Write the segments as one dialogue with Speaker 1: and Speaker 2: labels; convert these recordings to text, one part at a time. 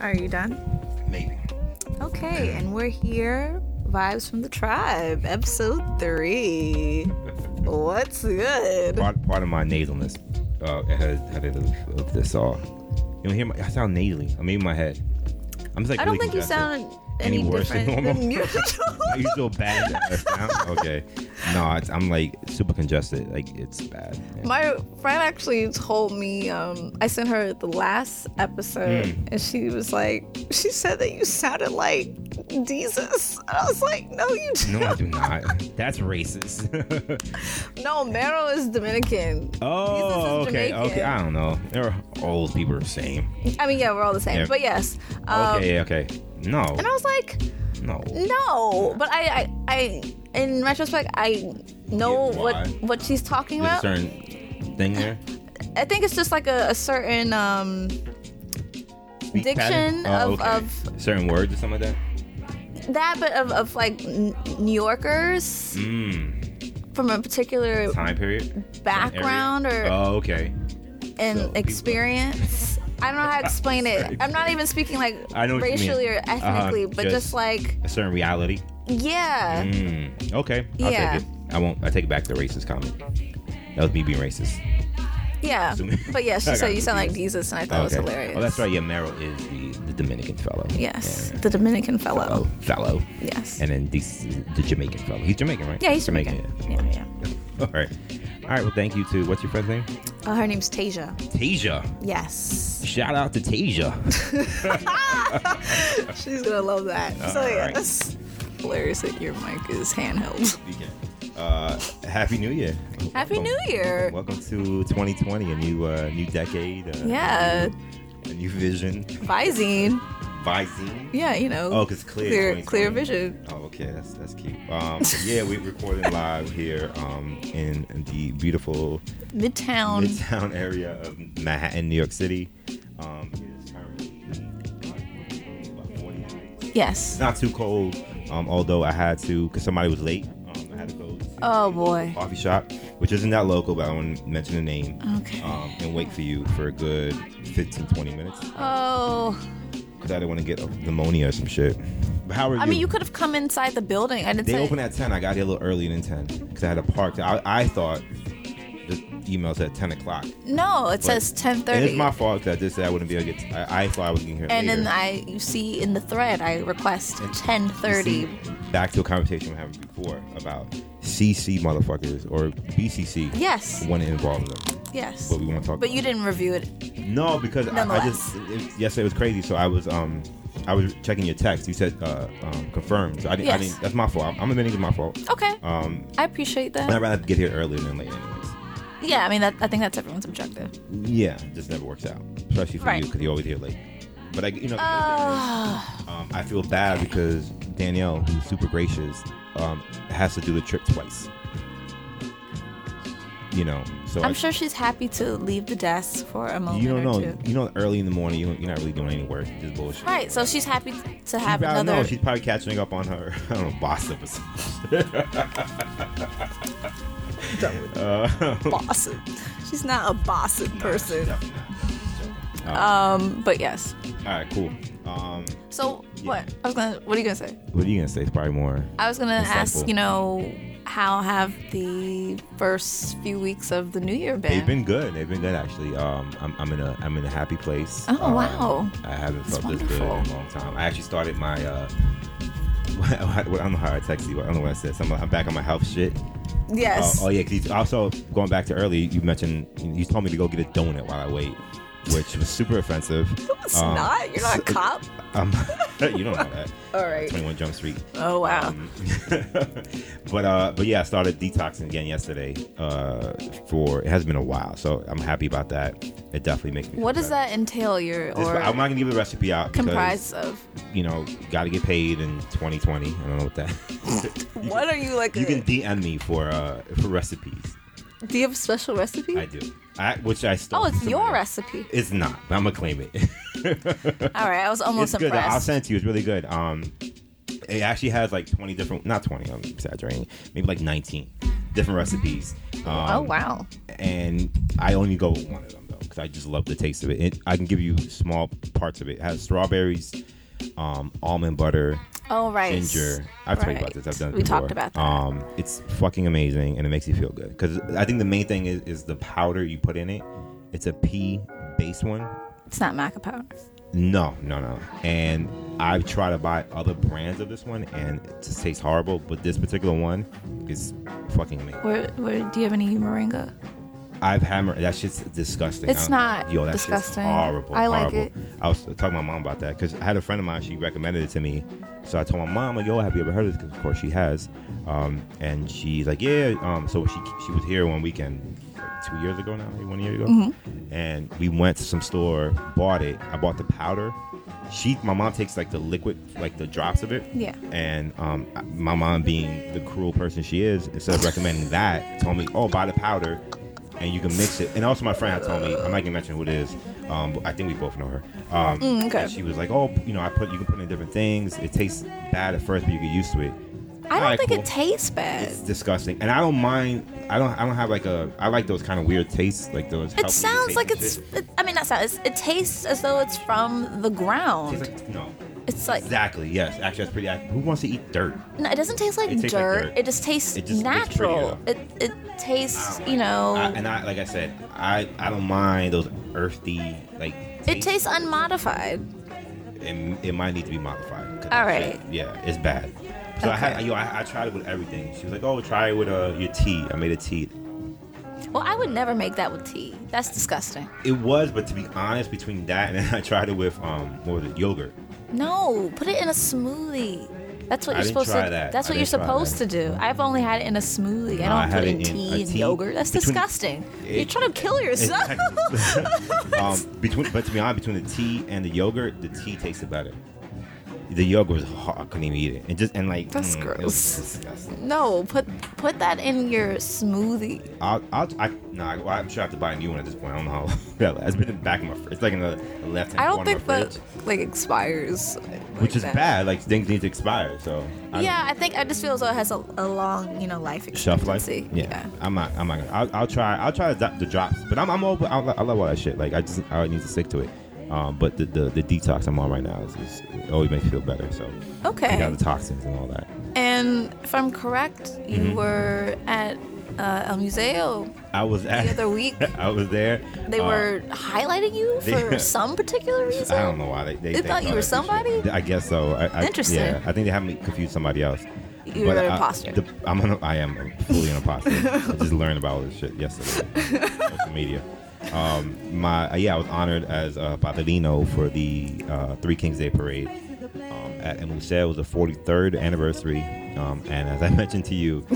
Speaker 1: Are you done?
Speaker 2: Maybe.
Speaker 1: Okay, and we're here. Vibes from the Tribe, episode three. What's good?
Speaker 2: Part, part of my nasalness uh, ahead, ahead of, of this all. You don't hear my, I sound nasally. I mean, my head. I'm just like,
Speaker 1: I don't
Speaker 2: really
Speaker 1: think you
Speaker 2: congested.
Speaker 1: sound any,
Speaker 2: Any worse than
Speaker 1: different than
Speaker 2: normal?
Speaker 1: usual.
Speaker 2: Are you so bad? at that sound? Okay. No, it's, I'm like super congested. Like, it's bad. man.
Speaker 1: My friend actually told me, um, I sent her the last episode, and she was like, she said that you sounded like Jesus. And I was like, no, you
Speaker 2: No, I
Speaker 1: don't.
Speaker 2: do not. That's racist.
Speaker 1: No, Mero is Dominican.
Speaker 2: oh,
Speaker 1: Jesus is
Speaker 2: okay, okay.
Speaker 1: Jamaican.
Speaker 2: I don't know. They're old people are the same.
Speaker 1: I mean, yeah, we're all the same,
Speaker 2: Yeah.
Speaker 1: but yes. Um,
Speaker 2: Okay, okay. No,
Speaker 1: And Mm, I was like,
Speaker 2: no.
Speaker 1: no, but I, I, I in retrospect, I know
Speaker 2: Yeah,
Speaker 1: what
Speaker 2: why?
Speaker 1: what she's talking
Speaker 2: There's a
Speaker 1: about.
Speaker 2: certain thing there.
Speaker 1: I think it's just like a, a certain um,
Speaker 2: Speak
Speaker 1: Diction
Speaker 2: pattern? Oh,
Speaker 1: of-
Speaker 2: okay.
Speaker 1: of-
Speaker 2: certain words or something like that.
Speaker 1: that, but of, of like N- New Yorkers
Speaker 2: Mm,
Speaker 1: from a particular
Speaker 2: time period.
Speaker 1: Oh, background or
Speaker 2: Oh, okay.
Speaker 1: and
Speaker 2: so people-
Speaker 1: experience. I don't know how to explain it.
Speaker 2: Sorry.
Speaker 1: I'm not even speaking like
Speaker 2: I know what you mean.
Speaker 1: racially or
Speaker 2: Uh-huh,
Speaker 1: ethnically, but just,
Speaker 2: just-
Speaker 1: like
Speaker 2: A certain reality.
Speaker 1: yeah.
Speaker 2: Mm, okay. I'll
Speaker 1: Yeah.
Speaker 2: take it. I won't. I take back the racist comment. That was me being racist. Mm-hmm.
Speaker 1: Yeah.
Speaker 2: So we-
Speaker 1: But yeah, she
Speaker 2: I
Speaker 1: said
Speaker 2: got
Speaker 1: you sound like
Speaker 2: confused.
Speaker 1: Jesus, and I thought it was hilarious.
Speaker 2: Oh, that's right. Yeah, Merrill is the, the Dominican fellow.
Speaker 1: Yes,
Speaker 2: Yeah.
Speaker 1: the Dominican fellow.
Speaker 2: fellow. Fellow.
Speaker 1: Yes.
Speaker 2: And then this is the Jamaican fellow. He's Jamaican, right?
Speaker 1: yeah, he's Jamaican. Yeah, yeah.
Speaker 2: yeah. All right. All right. Well, thank you to what's your friend's name?
Speaker 1: Uh, her name's Tasia.
Speaker 2: Tasia.
Speaker 1: Yes.
Speaker 2: Shout out to Tasia.
Speaker 1: She's gonna love that. so
Speaker 2: All
Speaker 1: yeah,
Speaker 2: right.
Speaker 1: that's hilarious that your mic is handheld.
Speaker 2: Uh, Happy New Year.
Speaker 1: Happy
Speaker 2: Welcome-
Speaker 1: New Year.
Speaker 2: Welcome to 2020, a new uh, new decade. Uh,
Speaker 1: Yeah.
Speaker 2: A new vision.
Speaker 1: Visine.
Speaker 2: Visine.
Speaker 1: Yeah, you know.
Speaker 2: Oh, 'cause clear
Speaker 1: Clear,
Speaker 2: 2020.
Speaker 1: clear vision.
Speaker 2: Oh, okay, that's that's cute. Um, yeah, we're recording live here um, in the beautiful
Speaker 1: Midtown.
Speaker 2: midtown area of Manhattan, New York City. Um, it is currently about 40 degrees.
Speaker 1: yes.
Speaker 2: Not too cold, um, although I had to because somebody was late. Um, I had to go to
Speaker 1: Oh,
Speaker 2: a
Speaker 1: boy.
Speaker 2: coffee shop, which isn't that local, but I want to mention the name
Speaker 1: Okay.
Speaker 2: um, and wait for you for a good 15, 20 minutes
Speaker 1: Oh,
Speaker 2: because I didn't want to get pneumonia or some shit. But how are you?
Speaker 1: I mean, you could have come inside the building. I didn't
Speaker 2: They
Speaker 1: say.
Speaker 2: opened at 10. I got here a little earlier than 10 because I had to park. I, I thought the email said 10 o'clock.
Speaker 1: no, it
Speaker 2: but-
Speaker 1: says ten
Speaker 2: And
Speaker 1: thirty.
Speaker 2: it's my fault that I just said I wouldn't be able to get. I, I thought I was getting here.
Speaker 1: And
Speaker 2: later.
Speaker 1: then I, you see in the thread, I request
Speaker 2: And
Speaker 1: ten
Speaker 2: You
Speaker 1: thirty.
Speaker 2: see, back to a conversation we were having before about CC motherfuckers or BCC.
Speaker 1: Yes.
Speaker 2: When it involves them.
Speaker 1: Yes.
Speaker 2: But we won't talk
Speaker 1: But
Speaker 2: about
Speaker 1: you
Speaker 2: it.
Speaker 1: didn't review it.
Speaker 2: No, because I, I just it, yesterday was crazy. So I was um I was checking your text. You said uh um, confirmed. So I didn't. I
Speaker 1: Yes.
Speaker 2: didn't that's my fault. I'm, I'm admitting it's my fault.
Speaker 1: Okay.
Speaker 2: Um,
Speaker 1: I appreciate
Speaker 2: and
Speaker 1: that.
Speaker 2: I'd rather get here earlier than later, anyways.
Speaker 1: Yeah, I mean, that, I think that's everyone's objective.
Speaker 2: Yeah, it just never works out, especially for you
Speaker 1: Right.
Speaker 2: because you're always here late. But I, you know,
Speaker 1: Ah,
Speaker 2: um, I feel bad because Danielle, who's super gracious, um, has to do the trip twice. You know, so I-
Speaker 1: I'm sure she's happy to leave the desk for a moment
Speaker 2: you don't
Speaker 1: or
Speaker 2: know.
Speaker 1: two.
Speaker 2: You know, early in the morning, you, you're not really doing any work, you just bullshit.
Speaker 1: Right, so she's happy to
Speaker 2: She
Speaker 1: have
Speaker 2: probably,
Speaker 1: another.
Speaker 2: no, she's probably catching up on her, I don't know, gossip or something. uh,
Speaker 1: boss. She's not a boss person.
Speaker 2: definitely not. Uh,
Speaker 1: Um, but yes.
Speaker 2: all right, cool. Um,
Speaker 1: So
Speaker 2: Yeah.
Speaker 1: what? I was gonna. What are you gonna say?
Speaker 2: what are you gonna say? It's probably more.
Speaker 1: I was gonna
Speaker 2: Insightful.
Speaker 1: ask. You know, how have the first few weeks of the new year been?
Speaker 2: They've been good. They've been good actually. Um, I'm, I'm in a I'm in a happy place.
Speaker 1: Oh,
Speaker 2: Um,
Speaker 1: wow.
Speaker 2: I haven't
Speaker 1: That's
Speaker 2: felt this good in
Speaker 1: wonderful.
Speaker 2: a long time. I actually started my uh, I don't know how I texted you. I don't know what I said. So I'm, I'm back on my health shit.
Speaker 1: yes.
Speaker 2: Uh, oh yeah. 'cause you- also going back to early, you mentioned you told me to go get a donut while I wait, which was super offensive.
Speaker 1: it's
Speaker 2: Um,
Speaker 1: not. You're not a
Speaker 2: so-
Speaker 1: cop.
Speaker 2: Um, you don't know that.
Speaker 1: All right.
Speaker 2: 21 Jump Street.
Speaker 1: Oh wow.
Speaker 2: Um, but uh, but yeah, I started detoxing again yesterday. Uh, for it has been a while, so I'm happy about that. It definitely makes me.
Speaker 1: what
Speaker 2: feel
Speaker 1: does
Speaker 2: better.
Speaker 1: that entail? Your
Speaker 2: This-
Speaker 1: or
Speaker 2: I'm not gonna give the recipe out because
Speaker 1: comprised of?
Speaker 2: you know got to get paid in 2020. I don't know what that. you
Speaker 1: What
Speaker 2: Can,
Speaker 1: are you like?
Speaker 2: you
Speaker 1: a-
Speaker 2: can DM me for uh for recipes.
Speaker 1: do you have a special recipe?
Speaker 2: I do. I which I still.
Speaker 1: Oh, it's your recipe.
Speaker 2: It's not. I'm gonna claim it.
Speaker 1: All right, I was almost
Speaker 2: it's good. I'll
Speaker 1: impressed.
Speaker 2: send it to you. It's really good. Um, it actually has like 20 different, not 20, I'm exaggerating, maybe like 19 different recipes. Um,
Speaker 1: oh wow.
Speaker 2: And I only go with one of them though. because I just love the taste of it. it. I can give you small parts of it. It has strawberries, um, almond butter,
Speaker 1: Oh, right.
Speaker 2: ginger. I've told you about this. I've done it
Speaker 1: We
Speaker 2: before.
Speaker 1: talked about that.
Speaker 2: Um, it's fucking amazing, and it makes you feel good. Because I think the main thing is, is the powder you put in it. It's a pea based one.
Speaker 1: it's not maca powder.
Speaker 2: No, no, no. And I've tried to buy other brands of this one, and it just tastes horrible. But this particular one is fucking amazing.
Speaker 1: Where, where do you have any moringa?
Speaker 2: I've hammered. That shit's disgusting.
Speaker 1: It's
Speaker 2: I-
Speaker 1: not
Speaker 2: Yo, that
Speaker 1: disgusting.
Speaker 2: Shit's horrible.
Speaker 1: I like
Speaker 2: horrible.
Speaker 1: it.
Speaker 2: I was talking to my mom about that because I had a friend of mine. She recommended it to me, so I told my mom, like, "Yo, have you ever heard of this?" 'Cause of course, she has. Um, and she's like, "Yeah." Um, so she she was here one weekend, like, two years ago now, maybe one year ago,
Speaker 1: Mm-hmm.
Speaker 2: and we went to some store, bought it. I bought the powder. She, my mom takes like the liquid, like the drops of it.
Speaker 1: Yeah.
Speaker 2: And um, my mom, being the cruel person she is, instead of recommending that, told me, "Oh, buy the powder, and you can mix it." And also, my friend had told me, I'm not gonna mention who it is. Um, but I think we both know her. Um,
Speaker 1: Mm, okay.
Speaker 2: and She was like, "Oh, you know, I put you can put in different things. It tastes bad at first, but you get used to it.
Speaker 1: I don't
Speaker 2: Alright,
Speaker 1: think
Speaker 2: cool.
Speaker 1: it tastes bad.
Speaker 2: It's disgusting." And I don't mind. I don't. I don't have like a. I like those kind of weird tastes, like those.
Speaker 1: It sounds like it's. It, I mean, not sound. It's, it tastes as though it's from the ground.
Speaker 2: It's like, no.
Speaker 1: It's like
Speaker 2: Exactly. Yes. Actually, that's pretty. Accurate. Who wants to eat dirt?
Speaker 1: no, it doesn't taste like,
Speaker 2: It tastes like
Speaker 1: dirt.
Speaker 2: dirt.
Speaker 1: It just tastes
Speaker 2: It just looks pretty,
Speaker 1: natural. It it tastes, you know,
Speaker 2: I, and I, like I said, I, I don't mind those earthy like.
Speaker 1: it
Speaker 2: tastes.
Speaker 1: tastes unmodified.
Speaker 2: and it might need to be modified. 'cause
Speaker 1: All
Speaker 2: that shit-
Speaker 1: right.
Speaker 2: yeah, it's bad. So I had,
Speaker 1: Okay.
Speaker 2: yo, I, I tried it with everything. She was like, "Oh, try it with uh, your tea." I made a tea.
Speaker 1: Well, I would never make that with tea. That's disgusting.
Speaker 2: It was, but to be honest, between that and then I tried it with um, what was it, yogurt?
Speaker 1: No, put it in a smoothie. That's what
Speaker 2: I
Speaker 1: you're
Speaker 2: didn't
Speaker 1: supposed
Speaker 2: try
Speaker 1: to.
Speaker 2: that.
Speaker 1: That's
Speaker 2: I
Speaker 1: what you're
Speaker 2: didn't try
Speaker 1: supposed to
Speaker 2: that.
Speaker 1: do. I've only had it in a smoothie.
Speaker 2: No,
Speaker 1: I
Speaker 2: I
Speaker 1: don't put
Speaker 2: had
Speaker 1: it in
Speaker 2: it in
Speaker 1: tea
Speaker 2: a
Speaker 1: and
Speaker 2: tea
Speaker 1: yogurt. That's
Speaker 2: between-
Speaker 1: disgusting.
Speaker 2: It-
Speaker 1: you're trying to kill yourself.
Speaker 2: um, between, but to be honest, between the tea and the yogurt, the tea tasted better. The yogurt was hot. I couldn't even eat it. And just and like mm,
Speaker 1: That's
Speaker 2: It was
Speaker 1: gross.
Speaker 2: disgusting.
Speaker 1: No, put put that in your smoothie.
Speaker 2: I'll, I'll, I, nah, well, I'm sure I have to buy a new one at this point. I don't know how long that lasts. It's been in the back of my fridge. It's like in the left hand
Speaker 1: I
Speaker 2: corner
Speaker 1: don't think
Speaker 2: of my fridge,
Speaker 1: that like expires. like
Speaker 2: which is
Speaker 1: that.
Speaker 2: bad. Like things need to expire, so I
Speaker 1: Yeah, I think I just feel as though it has a, a long, you know, life
Speaker 2: don't- shelf life.
Speaker 1: expectancy.
Speaker 2: I'm not. I'm not. Gonna, I'll, I'll try. I'll try the, the drops, but I'm, I'm open. I, lo- I love all that shit. Like I just, I need to stick to it. Um, but the, the the detox I'm on right now is, is it always makes me feel better. So
Speaker 1: Yeah.
Speaker 2: take out
Speaker 1: Okay.
Speaker 2: the toxins and all that.
Speaker 1: And if I'm correct, you
Speaker 2: Mm-hmm.
Speaker 1: were at uh, El Museo
Speaker 2: I was at,
Speaker 1: the other week.
Speaker 2: I was there.
Speaker 1: They
Speaker 2: Uh,
Speaker 1: were highlighting you
Speaker 2: they-
Speaker 1: for some particular reason.
Speaker 2: I don't know why they. They,
Speaker 1: They thought you were
Speaker 2: that some
Speaker 1: somebody?
Speaker 2: shit. I guess so. I, I,
Speaker 1: Interesting.
Speaker 2: Yeah, I think they have me confused somebody else.
Speaker 1: You're an
Speaker 2: I-
Speaker 1: imposter.
Speaker 2: the- I'm an, I am I'm fully an imposter. I just learned about all this shit yesterday on social media. Um, my yeah, I was honored as a padrino for the uh, Three Kings Day parade um, at Emusel. It was the 43rd anniversary, um, and as I mentioned to you,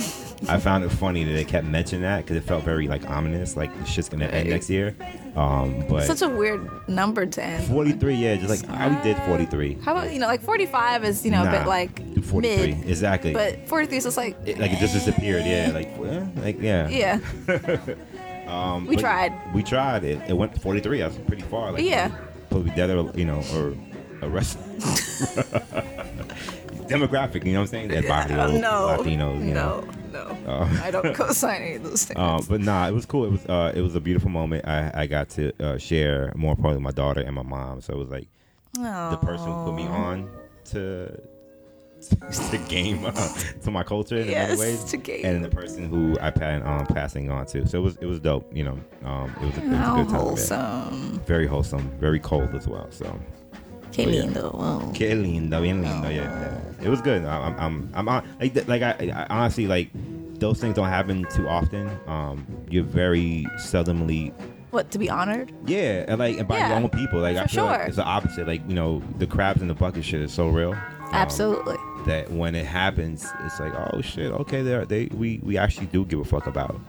Speaker 2: I found it funny that they kept mentioning that because it felt very like ominous, like this shit's gonna end next year. Um, but
Speaker 1: Such a weird number to end.
Speaker 2: 43, yeah, just like I did 43.
Speaker 1: How about you know, like 45 is Uh, you know, a
Speaker 2: Nah,
Speaker 1: bit like
Speaker 2: do 43
Speaker 1: mid,
Speaker 2: exactly.
Speaker 1: but 43 is just like
Speaker 2: It- like it just disappeared, yeah, like eh, like yeah.
Speaker 1: yeah.
Speaker 2: Um,
Speaker 1: We
Speaker 2: but
Speaker 1: tried.
Speaker 2: We tried it. It went 43. That's pretty far. Like,
Speaker 1: Yeah.
Speaker 2: Supposed to be dead or you know or arrested. Demographic, you know what I'm saying? Dead body,
Speaker 1: Uh, no,
Speaker 2: Latinos, you know.
Speaker 1: no, no.
Speaker 2: Uh,
Speaker 1: I don't co-sign any of those things.
Speaker 2: Um, but nah, it was cool. It was uh, it was a beautiful moment. I, I got to uh, share more probably with my daughter and my mom. So it was like the person who put me
Speaker 1: Oh.
Speaker 2: on to to game uh, to my culture in many
Speaker 1: Yes,
Speaker 2: ways,
Speaker 1: to game.
Speaker 2: and the person who I plan on passing on to. So it was it was dope, you know. Um, it was a, it was a
Speaker 1: How
Speaker 2: good time. Yeah.
Speaker 1: wholesome.
Speaker 2: Very wholesome, very cold as well. So
Speaker 1: Qué
Speaker 2: yeah.
Speaker 1: lindo. Wow.
Speaker 2: que lindo, bien
Speaker 1: Oh.
Speaker 2: lindo. Yeah, yeah. it was good. I- I'm I'm I'm on like th- like I, I honestly like those things don't happen too often. Um, you're very seldomly
Speaker 1: What to be honored?
Speaker 2: yeah, and like and by your
Speaker 1: Yeah,
Speaker 2: own people. Like I
Speaker 1: for
Speaker 2: feel
Speaker 1: sure.
Speaker 2: like it's the opposite. Like you know, the crabs in the bucket shit is so real. Um,
Speaker 1: Absolutely.
Speaker 2: That when it happens, it's like, oh shit, okay, they are, they we we actually do give a fuck about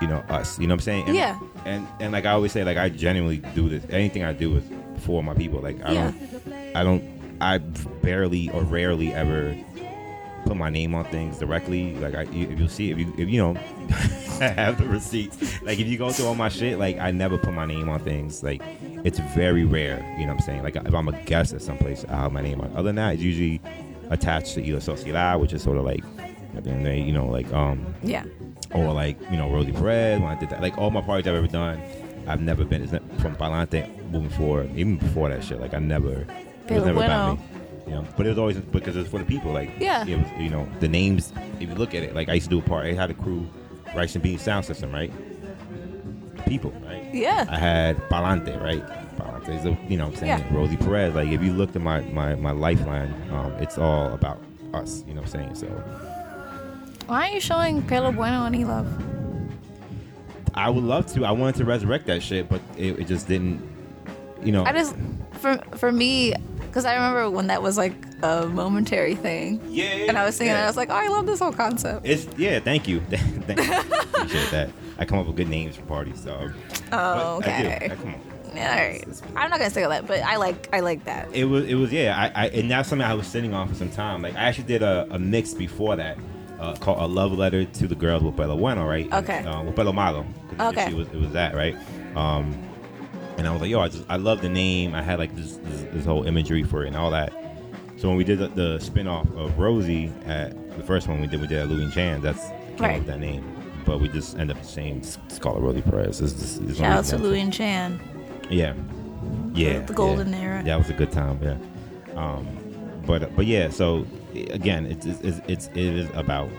Speaker 2: you know us. You know what I'm saying? And,
Speaker 1: Yeah.
Speaker 2: And and like I always say, like I genuinely do this. Anything I do is for my people. Like I
Speaker 1: Yeah.
Speaker 2: don't, I don't, I barely or rarely ever put my name on things directly. Like I, you- if you'll see, if you if you know, I have the receipts. Like if you go through all my shit, like I never put my name on things. Like it's very rare. You know what I'm saying? Like if I'm a guest at some place, I have my name on. Other than that, it's usually attached to either Sociedad, which is sort of like at the end of the day, you know, like um,
Speaker 1: Yeah.
Speaker 2: or like you know Rosie Perez when I did that. Like all my parties I've ever done, I've never been. It's not from Palante moving forward, even before that shit. Like I never, it
Speaker 1: They
Speaker 2: was
Speaker 1: were
Speaker 2: never about
Speaker 1: widow.
Speaker 2: me. You know, but it was always because it's for the people. Like
Speaker 1: Yeah.
Speaker 2: it was, you know the names. If you look at it, like I used to do a part. I had a crew, rice and beans sound system, right? People, right?
Speaker 1: Yeah.
Speaker 2: I had Palante, right? Palante is a, you know what I'm saying?
Speaker 1: Yeah.
Speaker 2: Rosie Perez. Like, if you looked at my, my, my lifeline, um, it's all about us, you know what I'm saying? So
Speaker 1: Why aren't you showing Pelo Bueno and E Love?
Speaker 2: I would love to. I wanted to resurrect that shit, but it, it just didn't, you know.
Speaker 1: I just for for me, because I remember when that was like a momentary thing.
Speaker 2: Yeah, yeah,
Speaker 1: And I was thinking,
Speaker 2: yeah.
Speaker 1: I was like, oh, I love this whole concept.
Speaker 2: It's, yeah, thank you. Thank- Appreciate that. I come up with good names for parties, so.
Speaker 1: Oh,
Speaker 2: but I do.
Speaker 1: okay.
Speaker 2: I- come on.
Speaker 1: All right.
Speaker 2: It's- it's-
Speaker 1: I'm not gonna say all that, but I like I like that.
Speaker 2: It was, it was, yeah. I, I and that's something I was sitting on for some time. Like I actually did a, a mix before that, uh, called "A Love Letter to the Girls" with Bella Bueno, right?
Speaker 1: Okay.
Speaker 2: And, uh, with Bella Malo. 'cause
Speaker 1: Okay.
Speaker 2: She was, it was that, right? Um, and I was like, yo, I just, I love the name. I had like this, this, this whole imagery for it and all that. So when we did the, the spin off of Rosie at the first one we did, we did at Louis and Chan. That's came up
Speaker 1: Right.
Speaker 2: with that name, but we just end up saying it's called Rosie Perez. It's just, it's
Speaker 1: Shout out to Louis and Chan.
Speaker 2: yeah. Yeah.
Speaker 1: The golden
Speaker 2: yeah.
Speaker 1: era.
Speaker 2: That was a good time, yeah. Um, but but yeah, so i- again, it's it's, it's it's it is about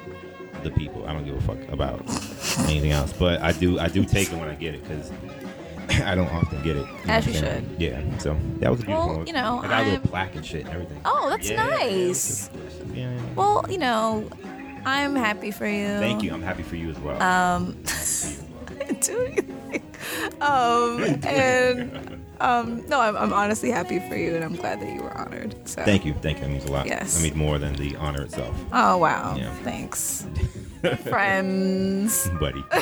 Speaker 2: the people. I don't give a fuck about anything else, but I do I do take it when I get it because I don't often get it. know
Speaker 1: As
Speaker 2: what
Speaker 1: you
Speaker 2: I'm saying? Yeah. So that was a beautiful.
Speaker 1: Well,
Speaker 2: one.
Speaker 1: you know,
Speaker 2: I got a
Speaker 1: I'm-
Speaker 2: little plaque and shit and everything.
Speaker 1: Oh, that's
Speaker 2: Yeah, yeah, it
Speaker 1: nice.
Speaker 2: was- Yeah. yeah.
Speaker 1: Well, you know, I'm happy for you.
Speaker 2: Thank you. I'm happy for you as well.
Speaker 1: Um, doing um and um no, I'm, I'm honestly happy for you, and I'm glad that you were honored. So
Speaker 2: Thank you. Thank you. That means a lot.
Speaker 1: Yes.
Speaker 2: That means more than the honor itself,
Speaker 1: Oh wow,
Speaker 2: Yeah.
Speaker 1: thanks, friends.
Speaker 2: buddy. Uh,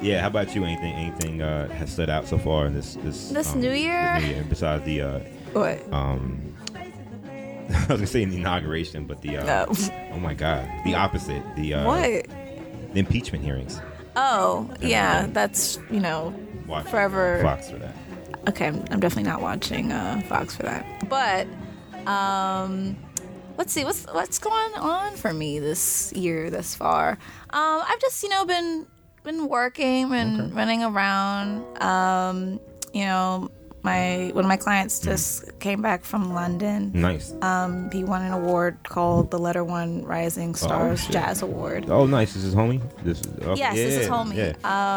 Speaker 2: yeah. How about you? Anything? Anything uh, has stood out so far in this this
Speaker 1: This
Speaker 2: um,
Speaker 1: New Year?
Speaker 2: This new year besides the uh,
Speaker 1: What?
Speaker 2: um, I was gonna say the inauguration, but the uh,
Speaker 1: No.
Speaker 2: oh my god, the opposite. The uh,
Speaker 1: what?
Speaker 2: The impeachment hearings.
Speaker 1: Oh yeah, that's you know
Speaker 2: Watch
Speaker 1: Forever.
Speaker 2: Fox for that.
Speaker 1: okay i'm, I'm definitely not watching uh, fox for that but um let's see what's what's going on for me this year this far um i've just you know been been working and running around um you know my one of my clients
Speaker 2: Mm-hmm.
Speaker 1: just came back from london
Speaker 2: Nice.
Speaker 1: um he won an award called the letter one rising stars
Speaker 2: Oh, shit.
Speaker 1: jazz award
Speaker 2: Oh, nice. This is homie. This is oh,
Speaker 1: Yes, this is
Speaker 2: yeah,
Speaker 1: homie. Um,
Speaker 2: Yeah.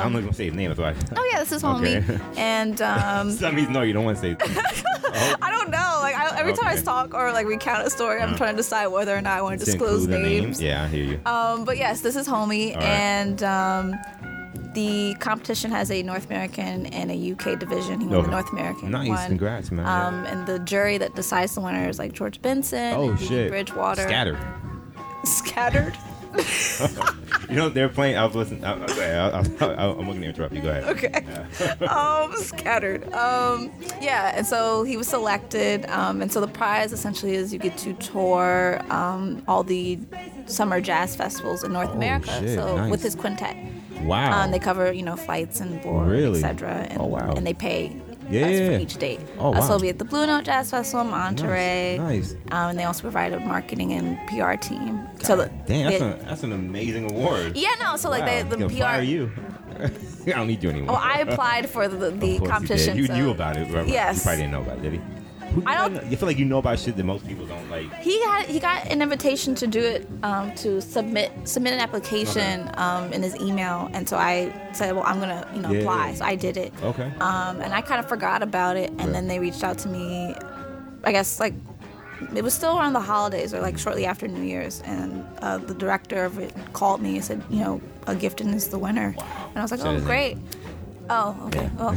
Speaker 2: I'm not gonna say his name. That's why.
Speaker 1: oh yeah this is homie
Speaker 2: Okay.
Speaker 1: and um
Speaker 2: Some reason, no, you don't want to say. his name. Oh,
Speaker 1: I don't know. Like I, every time I
Speaker 2: Okay. Uh-huh.
Speaker 1: talk or like recount a story, I'm trying to decide whether or not I want to
Speaker 2: To
Speaker 1: disclose
Speaker 2: include the name?
Speaker 1: names.
Speaker 2: Yeah, I hear you.
Speaker 1: Um, but yes, this is homie,
Speaker 2: All right.
Speaker 1: and um, the competition has a North American and a UK division. He won
Speaker 2: Okay.
Speaker 1: the North American
Speaker 2: Oh. nice.
Speaker 1: one.
Speaker 2: Congrats, man. Yeah.
Speaker 1: Um, and the jury that decides the winner is like George Benson,
Speaker 2: Oh
Speaker 1: and Dean
Speaker 2: shit!
Speaker 1: Bridgewater,
Speaker 2: Scattered.
Speaker 1: scattered.
Speaker 2: You know they're playing. I was listening. I, I, I, I, I, I'm looking to interrupt you. Go ahead.
Speaker 1: Okay. um, scattered. Um, yeah, and so he was selected. Um, and so the prize essentially is you get to tour um, all the summer jazz festivals in North
Speaker 2: Oh,
Speaker 1: America.
Speaker 2: shit,
Speaker 1: so
Speaker 2: nice.
Speaker 1: with his quintet,
Speaker 2: Wow.
Speaker 1: um, they cover you know flights and board,
Speaker 2: Really?
Speaker 1: etc. And,
Speaker 2: Oh, wow.
Speaker 1: and they pay.
Speaker 2: Yeah,
Speaker 1: us
Speaker 2: yeah, yeah.
Speaker 1: for each date.
Speaker 2: Oh,
Speaker 1: Uh, so
Speaker 2: wow.
Speaker 1: we'll be at the Blue Note Jazz Festival in Monterey.
Speaker 2: Nice.
Speaker 1: Um, and they also provide a marketing and PR team. so the,
Speaker 2: Damn, that's,
Speaker 1: they-
Speaker 2: a, that's an amazing award.
Speaker 1: yeah, no. So like
Speaker 2: Wow.
Speaker 1: they, the
Speaker 2: Gonna
Speaker 1: PR.
Speaker 2: fire you. I don't need you anymore.
Speaker 1: Well, I applied for the, the
Speaker 2: Of course you
Speaker 1: competition.
Speaker 2: did. You,
Speaker 1: so-
Speaker 2: knew about it. Right? right.
Speaker 1: Yes.
Speaker 2: You probably didn't know about it, did he? Who
Speaker 1: I
Speaker 2: did
Speaker 1: don't-
Speaker 2: know? You feel like you know about shit that most people don't like.
Speaker 1: He got he got an invitation to do it um, to submit submit an application um, in his email, and so I said, well, I'm gonna you know
Speaker 2: Yeah.
Speaker 1: apply. So I did it.
Speaker 2: Okay.
Speaker 1: Um, and I kind of forgot about it, and
Speaker 2: Yeah.
Speaker 1: then they reached out to me. I guess like it was still around the holidays or like shortly after New Year's, and uh, the director of it called me and said, you know, a gift and is the winner, and I was like,
Speaker 2: Said
Speaker 1: oh
Speaker 2: his name.
Speaker 1: great. Oh, okay. Well,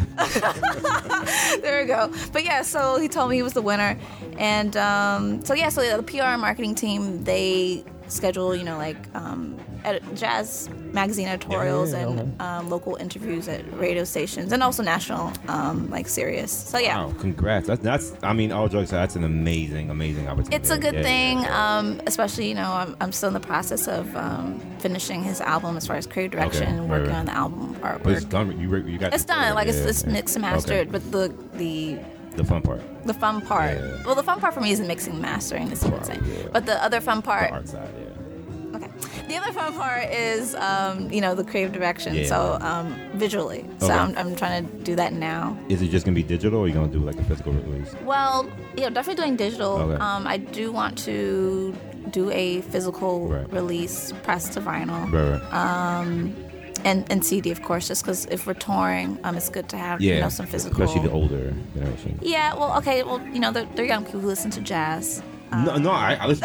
Speaker 1: there we go. But yeah, so he told me he was the winner, and um, so yeah, so the PR and marketing team they schedule you know like um, ed- jazz magazine editorials
Speaker 2: yeah,
Speaker 1: and um, local interviews at radio stations and also national um, like serious. So yeah.
Speaker 2: Wow, congrats. That's, that's, I mean, all jokes aside, that's an amazing, amazing opportunity.
Speaker 1: It's a good
Speaker 2: Yeah, yeah,
Speaker 1: thing,
Speaker 2: yeah.
Speaker 1: Um, especially you know I'm, I'm still in the process of um, finishing his album as far as creative direction
Speaker 2: Okay,
Speaker 1: and
Speaker 2: right,
Speaker 1: working
Speaker 2: right.
Speaker 1: on the album artwork.
Speaker 2: But it's done. You, re- you got
Speaker 1: uh, It's done, like
Speaker 2: yeah,
Speaker 1: it's, it's
Speaker 2: yeah.
Speaker 1: mixed and mastered,
Speaker 2: Okay.
Speaker 1: but the the
Speaker 2: The fun part.
Speaker 1: the fun part.
Speaker 2: Yeah, yeah, yeah.
Speaker 1: Well, the fun part for me is the mixing, and mastering, is what I'm saying.
Speaker 2: Right, yeah.
Speaker 1: But the other fun
Speaker 2: The
Speaker 1: part,
Speaker 2: art side, yeah.
Speaker 1: okay, The other fun part is, um, you know, the creative direction.
Speaker 2: Yeah.
Speaker 1: So um, visually. So
Speaker 2: Okay.
Speaker 1: I'm, I'm trying to do that now.
Speaker 2: Is it just gonna be digital, or you gonna do like a physical release?
Speaker 1: Well, yeah, definitely doing digital.
Speaker 2: Okay.
Speaker 1: Um, I do want to do a physical
Speaker 2: Right.
Speaker 1: release, press to vinyl,
Speaker 2: Right, right.
Speaker 1: and, and CD, of course, just because if we're touring, um, it's good to have
Speaker 2: yeah,
Speaker 1: you know some physical.
Speaker 2: especially the older generation.
Speaker 1: yeah, well, okay, well, you know, they're, they're young people who listen to jazz.
Speaker 2: No, no, I, I was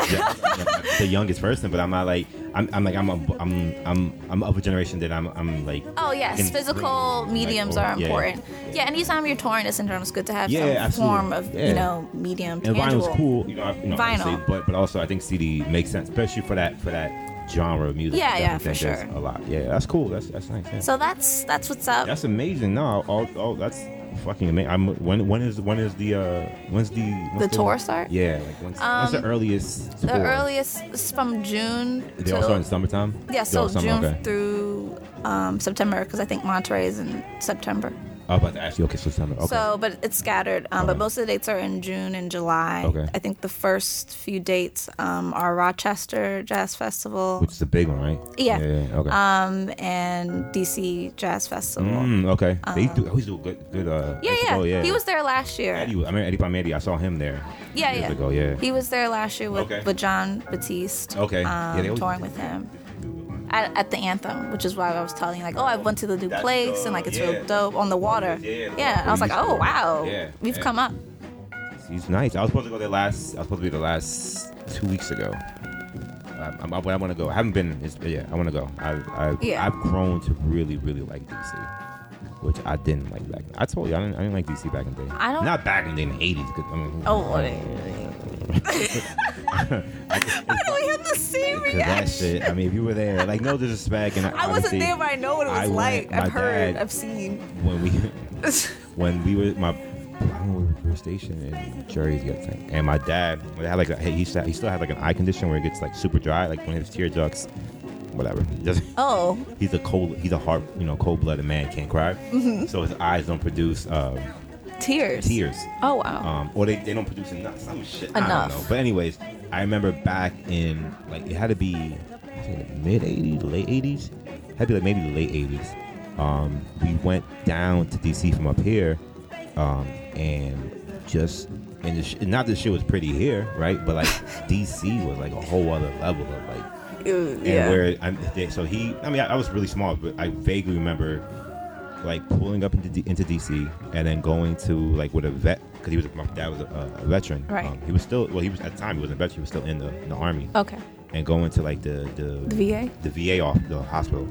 Speaker 2: the youngest person, but I'm not like I'm, I'm like I'm a, I'm I'm I'm of a generation that I'm I'm like
Speaker 1: Oh yes,
Speaker 2: And-
Speaker 1: physical
Speaker 2: like,
Speaker 1: mediums
Speaker 2: oh,
Speaker 1: are
Speaker 2: yeah,
Speaker 1: important.
Speaker 2: yeah.
Speaker 1: Yeah, anytime you're touring, it's in general, it's good to have
Speaker 2: Yeah,
Speaker 1: some
Speaker 2: absolutely.
Speaker 1: form of
Speaker 2: Yeah.
Speaker 1: you know medium.
Speaker 2: and
Speaker 1: tangible.
Speaker 2: vinyl's cool, you know, I- you know,
Speaker 1: Vinyl.
Speaker 2: obviously, but but also I think CD makes sense, especially for that for that genre of music.
Speaker 1: Yeah,
Speaker 2: I
Speaker 1: yeah,
Speaker 2: definitely
Speaker 1: for
Speaker 2: think that's
Speaker 1: sure.
Speaker 2: A lot. Yeah, that's cool. That's that's nice. Yeah.
Speaker 1: So that's that's what's up.
Speaker 2: that's amazing. No, all, all that's fucking amazing. I'm when when is when is the uh when's the when's
Speaker 1: The tour start? Um,
Speaker 2: Yeah, like when's, when's the earliest?
Speaker 1: the
Speaker 2: tour?
Speaker 1: earliest is from June
Speaker 2: They
Speaker 1: to
Speaker 2: all start in summertime.
Speaker 1: yeah,
Speaker 2: They all
Speaker 1: so
Speaker 2: summer,
Speaker 1: June
Speaker 2: okay.
Speaker 1: through um, September because I think Monterey is in September.
Speaker 2: I was about to ask you. Okay, so summer. Okay.
Speaker 1: So, but it's scattered. Um, But
Speaker 2: Okay.
Speaker 1: most of the dates are in June and July.
Speaker 2: Okay.
Speaker 1: I think the first few dates um, are Rochester Jazz Festival,
Speaker 2: which is a big one, right?
Speaker 1: Yeah.
Speaker 2: Yeah. yeah, Okay.
Speaker 1: um, and DC Jazz Festival.
Speaker 2: Mm, okay. they do always do good. Good. Uh,
Speaker 1: um, Yeah,
Speaker 2: they should
Speaker 1: yeah.
Speaker 2: go,
Speaker 1: He was there last year.
Speaker 2: Eddie, was- I mean Eddie Palmieri. I saw him there.
Speaker 1: yeah,
Speaker 2: years
Speaker 1: yeah.
Speaker 2: ago, yeah.
Speaker 1: He was there last year with,
Speaker 2: Okay.
Speaker 1: with John Batiste.
Speaker 2: Okay. Yeah,
Speaker 1: Um,
Speaker 2: they always-
Speaker 1: touring with him at, at the Anthem, which is why I was telling you, like, oh, I went to the Duke
Speaker 2: That's
Speaker 1: Place and, like,
Speaker 2: dope,
Speaker 1: it's
Speaker 2: yeah.
Speaker 1: real dope on the water.
Speaker 2: Yeah, the
Speaker 1: yeah. And I was like,
Speaker 2: water.
Speaker 1: oh, wow.
Speaker 2: Yeah,
Speaker 1: We've
Speaker 2: yeah.
Speaker 1: come up.
Speaker 2: He's nice. I was supposed to go there last. I was supposed to be the last two weeks ago. Um, I'm, I, I want to go. I haven't been. It's, yeah, I want to go. I, I,
Speaker 1: Yeah.
Speaker 2: I've grown to really, really like DC, which I didn't like back. I told you I didn't, I didn't like DC back in the day.
Speaker 1: I don't-
Speaker 2: Not back in the '80s. 'cause, I mean,
Speaker 1: Oh,
Speaker 2: I-
Speaker 1: wait. Why do we have the same
Speaker 2: 'cause that
Speaker 1: reaction?
Speaker 2: shit. I mean, if you were there, like no disrespect, and
Speaker 1: I wasn't
Speaker 2: obviously-
Speaker 1: there, but I know what it was
Speaker 2: I went,
Speaker 1: like. I've
Speaker 2: my
Speaker 1: heard,
Speaker 2: dad-
Speaker 1: I've seen.
Speaker 2: when we when we were my I don't know, we were first station in Jersey, I think. And my dad, they had like a, he, sta- he still had like an eye condition where it gets like super dry, like when his tear ducts, whatever. He doesn't-
Speaker 1: oh,
Speaker 2: he's a cold, he's a hard, you know, cold-blooded man, can't cry. So his eyes don't produce um,
Speaker 1: Mm-hmm. tears.
Speaker 2: tears,
Speaker 1: Oh, wow.
Speaker 2: um, or they, they don't produce enough, some shit. I
Speaker 1: Enough.
Speaker 2: don't know. But anyways, I remember back in like it had to be I think mid '80s, late '80s, had to be like maybe late '80s. um, we went down to DC from up here, um, and just and the sh- not that shit was pretty here, right? But like DC was like a whole other level of like,
Speaker 1: Ew,
Speaker 2: and
Speaker 1: yeah.
Speaker 2: where I'm, they- so he, I mean, I, I was really small, but I vaguely remember like pulling up into D, into DC and then going to like with a vet because he was my dad was a, a veteran.
Speaker 1: Right.
Speaker 2: Um, he was still well, he was at the time he wasn't a veteran, he was still in the, in the army
Speaker 1: Okay.
Speaker 2: and going to like the the,
Speaker 1: The VA?
Speaker 2: the VA off the hospital,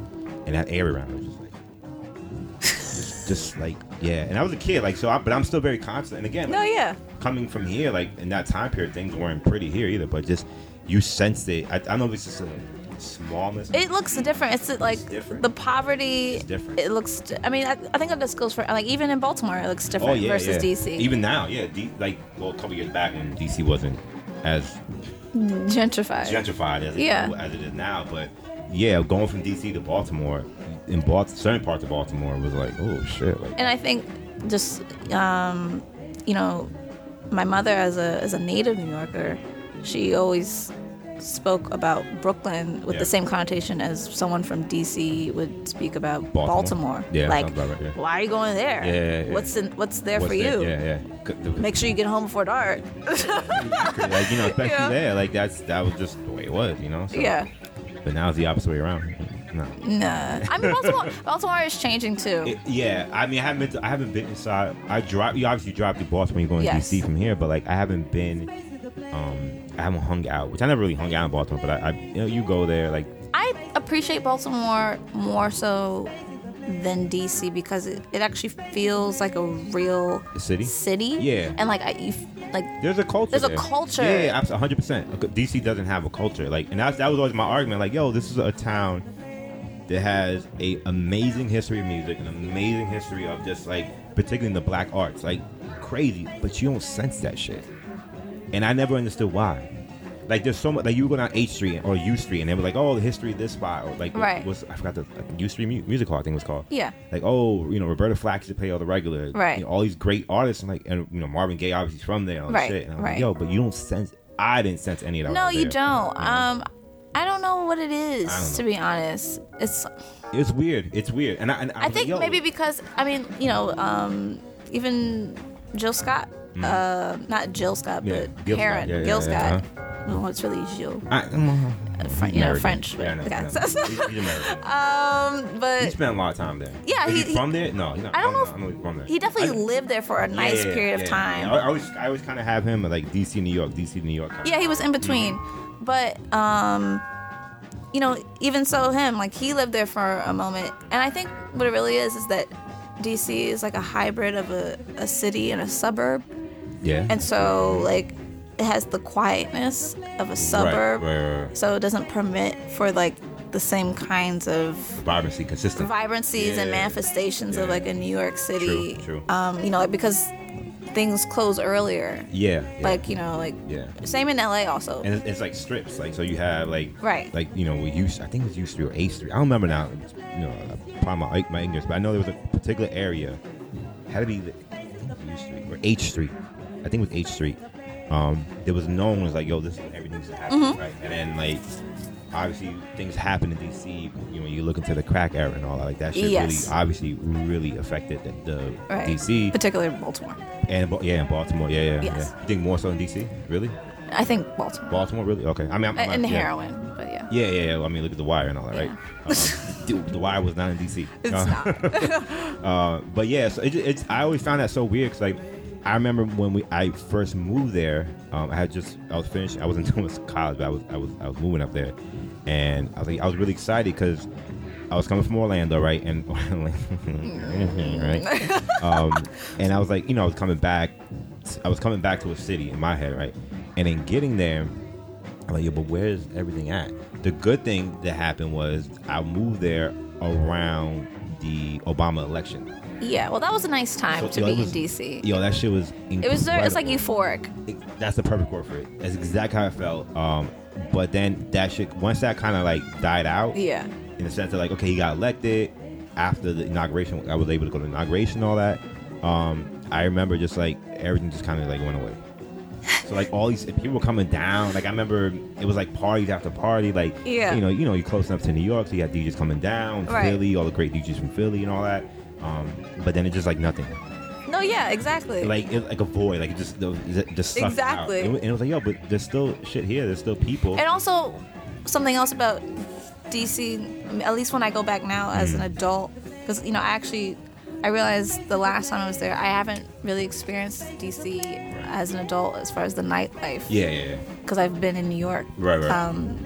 Speaker 2: and that air around was just like, just, just like yeah. And I was a kid, like so, I, but I'm still very constant. And again,
Speaker 1: No, yeah.
Speaker 2: coming from here, like in that time period, things weren't pretty here either. But just you sensed it. I, I don't know if it's just a smallness. Oh,
Speaker 1: It looks different. It's like
Speaker 2: different.
Speaker 1: the poverty.
Speaker 2: It's different.
Speaker 1: It looks. di- I mean, I, I think that just goes for like even in Baltimore, it looks different versus DC.
Speaker 2: Oh, Even now, yeah, D, like well, a couple years back when DC wasn't as
Speaker 1: gentrified.
Speaker 2: gentrified as it,
Speaker 1: Yeah.
Speaker 2: as it is now. But yeah, going from DC to Baltimore, in Bal- certain parts of Baltimore was like, oh shit, like
Speaker 1: and I think just um, you know, my mother as a as a native New Yorker, she always spoke about Brooklyn with
Speaker 2: Yeah.
Speaker 1: the same connotation as someone from DC would speak about
Speaker 2: Baltimore.
Speaker 1: Baltimore.
Speaker 2: Yeah,
Speaker 1: like
Speaker 2: sounds about right, yeah.
Speaker 1: why are you going there?
Speaker 2: Yeah, yeah, yeah.
Speaker 1: What's in, what's there for
Speaker 2: What's that?
Speaker 1: you?
Speaker 2: Yeah, yeah. C- the-
Speaker 1: Make sure you get home before dark.
Speaker 2: like you know, especially
Speaker 1: Yeah.
Speaker 2: there, like that's that was just the way it was, you know. So-
Speaker 1: yeah.
Speaker 2: But now it's the opposite way around. No.
Speaker 1: Nah. I mean, Baltimore, Baltimore is changing too.
Speaker 2: It- yeah, I mean, I haven't been. To, I haven't been inside. I drive. You obviously drive to Boston when you're going
Speaker 1: Yes.
Speaker 2: to DC from here, but like I haven't been. Um, I haven't hung out, which I never really hung out in Baltimore. But I, I you know, you go there, like
Speaker 1: I appreciate Baltimore more so than DC because it, it actually feels like a real
Speaker 2: The city?
Speaker 1: City,
Speaker 2: Yeah.
Speaker 1: and like I you f- like
Speaker 2: There's a culture.
Speaker 1: There's a
Speaker 2: there.
Speaker 1: culture.
Speaker 2: Yeah, absolutely, 100. percent DC doesn't have a culture. Like, and that's, that was always my argument. Like, yo, this is a town that has a amazing history of music, an amazing history of just like, particularly in the black arts, like crazy. But you don't sense that shit, and I never understood why. Like, there's so much. Like, you were going down H Street or U Street, and they were like, oh, the history of this spot, or like,
Speaker 1: Right.
Speaker 2: was I forgot the like, U Street mu- Music Hall, I think it was called.
Speaker 1: Yeah.
Speaker 2: Like, oh, you know, Roberta Flack used to play all the regular,
Speaker 1: Right.
Speaker 2: You know, all these great artists, and like, and you know, Marvin Gaye obviously from there, all this
Speaker 1: Right,
Speaker 2: shit. And I'm like,
Speaker 1: right.
Speaker 2: yo, but you don't sense. I didn't sense any of that.
Speaker 1: no
Speaker 2: when I was
Speaker 1: you
Speaker 2: there.
Speaker 1: don't. Um, I don't know what it
Speaker 2: I don't
Speaker 1: is
Speaker 2: know.
Speaker 1: to be honest. It's
Speaker 2: It's weird. It's weird. And I, and
Speaker 1: I think maybe because I mean you know um, even Jill Scott, uh, not Jill Scott,
Speaker 2: Mm. Yeah,
Speaker 1: but
Speaker 2: Gil Scott,
Speaker 1: Karen
Speaker 2: yeah, yeah,
Speaker 1: Gil
Speaker 2: yeah, uh-huh.
Speaker 1: Scott. No, it's really Jill.
Speaker 2: I, am
Speaker 1: French, you know, French.
Speaker 2: Yeah, I know, I know.
Speaker 1: Okay.
Speaker 2: He's, he's American.
Speaker 1: Um,
Speaker 2: He
Speaker 1: but
Speaker 2: spent a lot of time there.
Speaker 1: Yeah,
Speaker 2: Is he,
Speaker 1: he- he-
Speaker 2: from there? No, he's not
Speaker 1: I don't know
Speaker 2: from
Speaker 1: if-
Speaker 2: there. I know he's from there.
Speaker 1: he definitely
Speaker 2: I-
Speaker 1: lived there for a
Speaker 2: yeah,
Speaker 1: nice
Speaker 2: yeah,
Speaker 1: period
Speaker 2: yeah,
Speaker 1: of time.
Speaker 2: yeah. I, I always, I always kind of have him at, like DC, New York, DC, New York. kinda.
Speaker 1: yeah he was in between but um you know even so him like he lived there for a moment and i think what it really is is that dc is like a hybrid of a, a city and a suburb
Speaker 2: yeah.
Speaker 1: and so like it has the quietness of a suburb
Speaker 2: Right, right, right, right.
Speaker 1: so it doesn't permit for like the same kinds of
Speaker 2: Vibrancy, consistent.
Speaker 1: vibrancies and
Speaker 2: Yeah.
Speaker 1: manifestations of
Speaker 2: Yeah.
Speaker 1: like a new york city
Speaker 2: True, true.
Speaker 1: um you know like because things close earlier
Speaker 2: yeah, yeah.
Speaker 1: like you know like
Speaker 2: yeah.
Speaker 1: same in la also
Speaker 2: And it's, it's like strips, like so you have like
Speaker 1: Right.
Speaker 2: like you know we used I think it was U Street or A Street. I don't remember now. You know, probably my, my ignorance, but I know there was a particular area. Had to be the- I think it was U Street or H Street. I think it was H Street. Um, it was known as like yo, this is everything's happening,
Speaker 1: Mm-hmm.
Speaker 2: right? And then like obviously things happen in DC. You know, you look into the crack era and all that. Like that shit
Speaker 1: Yes.
Speaker 2: really obviously really affected the, the
Speaker 1: right
Speaker 2: DC
Speaker 1: particularly baltimore
Speaker 2: and Ba- yeah, and Baltimore. Yeah, yeah,
Speaker 1: Yes.
Speaker 2: yeah. You think more so in DC? Really?
Speaker 1: I think Baltimore.
Speaker 2: Baltimore? Really? Okay. I mean, I'm, I'm
Speaker 1: and
Speaker 2: not- yeah.
Speaker 1: heroin, but yeah.
Speaker 2: Yeah, yeah, yeah. Well, I mean, look at the wire and all that, right? Um, dude, the wire was not in DC.
Speaker 1: It's
Speaker 2: Uh,
Speaker 1: not.
Speaker 2: uh, but yeah, so it, ju- it's. I always found that so weird because like, I remember when we I first moved there. Um, I had just I was finished. I wasn't doing college, but I was I was I was moving up there, and I was like I was really excited because I was coming from Orlando, right? And right, um, and I was like, you know, I was coming back. I was coming back to a city in my head, right? And then getting there, I'm like, yeah, but where's everything at? The good thing that happened was I moved there around the Obama election.
Speaker 1: Yeah, well, that was a nice time
Speaker 2: So,
Speaker 1: to
Speaker 2: yo,
Speaker 1: be
Speaker 2: it was-
Speaker 1: in DC.
Speaker 2: Yo, that shit was incredible.
Speaker 1: it was there, it's like euphoric.
Speaker 2: It- that's the perfect word for it. That's exactly how I felt. Um, but then that shit, once that kind of like died out,
Speaker 1: Yeah.
Speaker 2: in the sense of like, okay, he got elected after the inauguration. I was able to go to the inauguration, and all that. Um, I remember just like everything just kind of like went away. So like all these people were coming down. Like I remember it was like parties after party. Like
Speaker 1: Yeah.
Speaker 2: you know, you know, you're close enough to New York, so you had DJs coming down,
Speaker 1: Right.
Speaker 2: Philly, all the great DJs from Philly and all that. Um, but then it just like nothing,
Speaker 1: No, yeah, exactly.
Speaker 2: like it, like a void, like it just the, just sucked out.
Speaker 1: Exactly.
Speaker 2: And, it- and it was like, yo, but there's still shit here. There's still people.
Speaker 1: and also, something else about DC, at least when I go back now as
Speaker 2: Mm.
Speaker 1: an adult, because, you know, I actually, I realized the last time I was there, I haven't really experienced DC as an adult as far as the nightlife.
Speaker 2: yeah, yeah, yeah.
Speaker 1: because I've been in New York.
Speaker 2: Right, right.
Speaker 1: Um,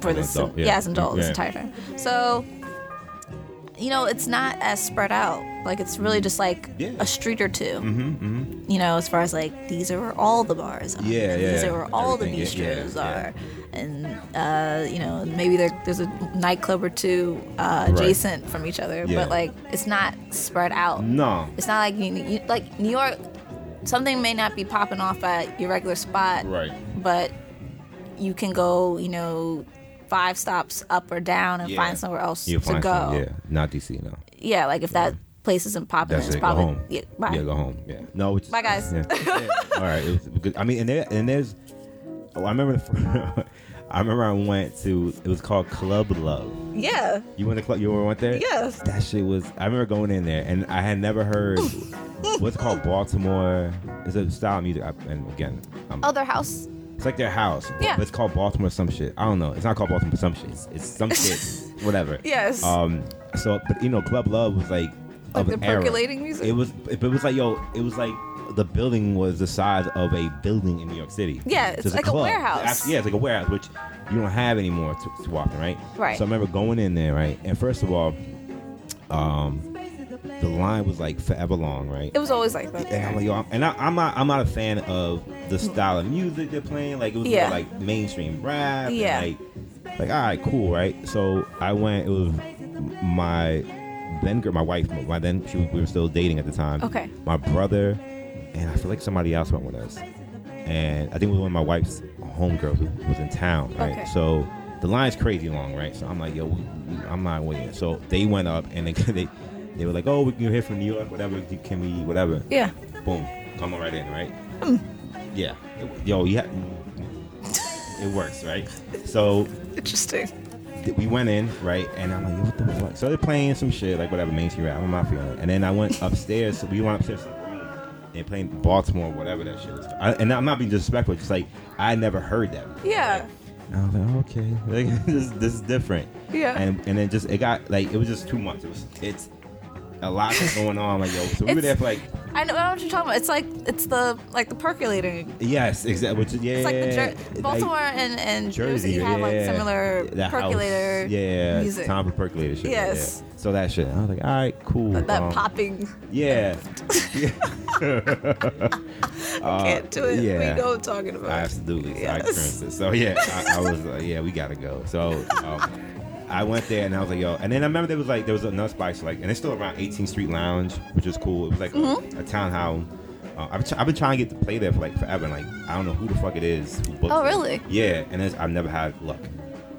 Speaker 1: for
Speaker 2: As an
Speaker 1: this,
Speaker 2: adult,
Speaker 1: yeah.
Speaker 2: yeah.
Speaker 1: as an adult, this
Speaker 2: Yeah.
Speaker 1: entire time. So, you know, it's not as spread out. Like it's really just like
Speaker 2: Yeah.
Speaker 1: a street or 2 Mm-hmm, You know, as far as like these are where all the bars are.
Speaker 2: Yeah,
Speaker 1: and
Speaker 2: yeah,
Speaker 1: These are
Speaker 2: yeah.
Speaker 1: where all the
Speaker 2: Everything, yeah, yeah,
Speaker 1: bistros
Speaker 2: yeah.
Speaker 1: are, and uh, you know, maybe there, there's a nightclub or two uh,
Speaker 2: Right.
Speaker 1: adjacent from each other,
Speaker 2: Yeah. Mm.
Speaker 1: but like it's not spread out.
Speaker 2: No.
Speaker 1: It's not like you, you like New York. Something may not be popping off at your regular spot,
Speaker 2: Right.
Speaker 1: but you can go, you know, five stops up or down and
Speaker 2: Yeah.
Speaker 1: find somewhere else
Speaker 2: You'll
Speaker 1: to
Speaker 2: find
Speaker 1: go.
Speaker 2: some- yeah, not DC, no.
Speaker 1: Yeah, like if that place isn't popping,
Speaker 2: That's
Speaker 1: it's
Speaker 2: it. Go
Speaker 1: probably
Speaker 2: home.
Speaker 1: Yeah, bye.
Speaker 2: Yeah, go home. Yeah. No. Which,
Speaker 1: Bye, guys.
Speaker 2: Yeah. Yeah. All right. It was good. I mean, and there and there's. Oh, I remember. The, fir- I remember I went to. It was called Club Love.
Speaker 1: yeah.
Speaker 2: You went to club. You ever went there?
Speaker 1: Yes.
Speaker 2: That shit was. I remember going in there, and I had never heard. what's it called Baltimore? It's a style of music. I, and again, I'm,
Speaker 1: Oh, their house.
Speaker 2: it's like their house.
Speaker 1: Yeah.
Speaker 2: But it's called Baltimore some shit. I don't know. It's not called Baltimore some shit. It's, it's some shit. Whatever.
Speaker 1: Yes.
Speaker 2: Um. So, but you know, Club Love was like
Speaker 1: Like
Speaker 2: of
Speaker 1: the
Speaker 2: an era.
Speaker 1: percolating music?
Speaker 2: It was. It, it was like yo. It was like the building was the size of a building in New York City.
Speaker 1: Yeah, it's like a
Speaker 2: club.
Speaker 1: warehouse.
Speaker 2: Actually, yeah, it's like a warehouse, which you don't have anymore to, to often, right?
Speaker 1: Right.
Speaker 2: So I remember going in there, right? And first of all, um, the line was like forever long, right?
Speaker 1: It was always like that.
Speaker 2: And I'm like, yo, I'm- and I, I'm not, I'm not a fan of the style of music they're playing. Like it was more
Speaker 1: Yeah.
Speaker 2: like mainstream rap. and,
Speaker 1: Yeah.
Speaker 2: like, like all right, cool, right? So I went. It was my then girl, my wife, my then she was, we were still dating at the time.
Speaker 1: Okay.
Speaker 2: My brother, and I feel like somebody else went with us. And I think it was one of my wife's homegirls who was in town, right?
Speaker 1: Okay.
Speaker 2: So the line's crazy long, right? So I'm like, yo, we, we, I'm not waiting. So they went up and they they, they were like, oh, we can hear from New York, whatever. Can we, whatever?
Speaker 1: yeah. Mm.
Speaker 2: boom, come on right in, right? Yeah. Yo, yeah. It works, right? So
Speaker 1: Interesting.
Speaker 2: th- we went in, right? And I'm like, yo, what the fuck? So they're playing some shit, like whatever, mainstream rap. I'm not feeling it. And then I went upstairs. So we went upstairs. to the room. They playing Baltimore, whatever that shit is. I, and I'm not being disrespectful. Just like I never heard that. before.
Speaker 1: Yeah.
Speaker 2: And I was like, oh, okay, like, this, this is different.
Speaker 1: Yeah.
Speaker 2: And and then just it got like it was just too much. It was it's a lot going on. Like yo, so we were
Speaker 1: It's-
Speaker 2: there for like
Speaker 1: I know, I know what you're talking about. It's like it's the like the percolating.
Speaker 2: yes, exactly. Which, is- yeah,
Speaker 1: It's like the
Speaker 2: yeah,
Speaker 1: Jer-
Speaker 2: yeah.
Speaker 1: Baltimore
Speaker 2: Like,
Speaker 1: and and
Speaker 2: Jersey,
Speaker 1: Jersey, have like
Speaker 2: yeah.
Speaker 1: similar
Speaker 2: The house,
Speaker 1: percolator
Speaker 2: yeah,
Speaker 1: music.
Speaker 2: time for percolator shit. yeah,
Speaker 1: Yes.
Speaker 2: yeah. So that shit, I was like, all right, cool.
Speaker 1: But that
Speaker 2: um,
Speaker 1: popping,
Speaker 2: Yeah.
Speaker 1: can't do it.
Speaker 2: Uh, yeah.
Speaker 1: We know what I'm talking about.
Speaker 2: Absolutely. So I
Speaker 1: Yes.
Speaker 2: experienced it. So yeah, I, I was like, yeah, we gotta go. So um, I went there and I was like, yo. And then I remember there was like there was another spice like, and it's still around 18th Street Lounge, which is cool. It was like a-
Speaker 1: Mm-hmm.
Speaker 2: a, townhouse. Uh, I've, been try- I've been trying to get to play there for like forever. And like I don't know who the fuck it is. Who booked
Speaker 1: Oh,
Speaker 2: it.
Speaker 1: really?
Speaker 2: Yeah. And it's, I've never had luck.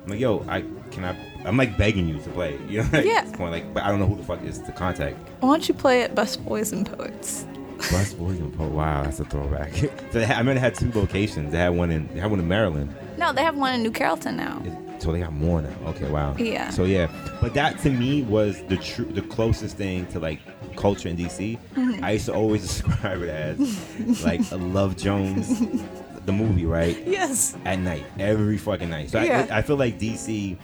Speaker 2: I'm like, yo, I can I. I'm like begging you to play. You know, at
Speaker 1: Yeah.
Speaker 2: this point, like, but I don't know who the fuck is to contact.
Speaker 1: Why don't you play at Best Boys and Poets?
Speaker 2: Bus Boys and Po. Wow, that's a throwback. so they had, I remember they had two locations. They had one in they had one in Maryland.
Speaker 1: No, they have one in New Carrollton now.
Speaker 2: Is- So they got more now. Okay, wow.
Speaker 1: Yeah.
Speaker 2: So yeah, but that to me was the true, the closest thing to like culture in DC.
Speaker 1: Mm-hmm.
Speaker 2: I used to always describe it as like a Love Jones, the movie, right?
Speaker 1: Yes.
Speaker 2: At night, every fucking night. So
Speaker 1: Yeah.
Speaker 2: I, I feel like DC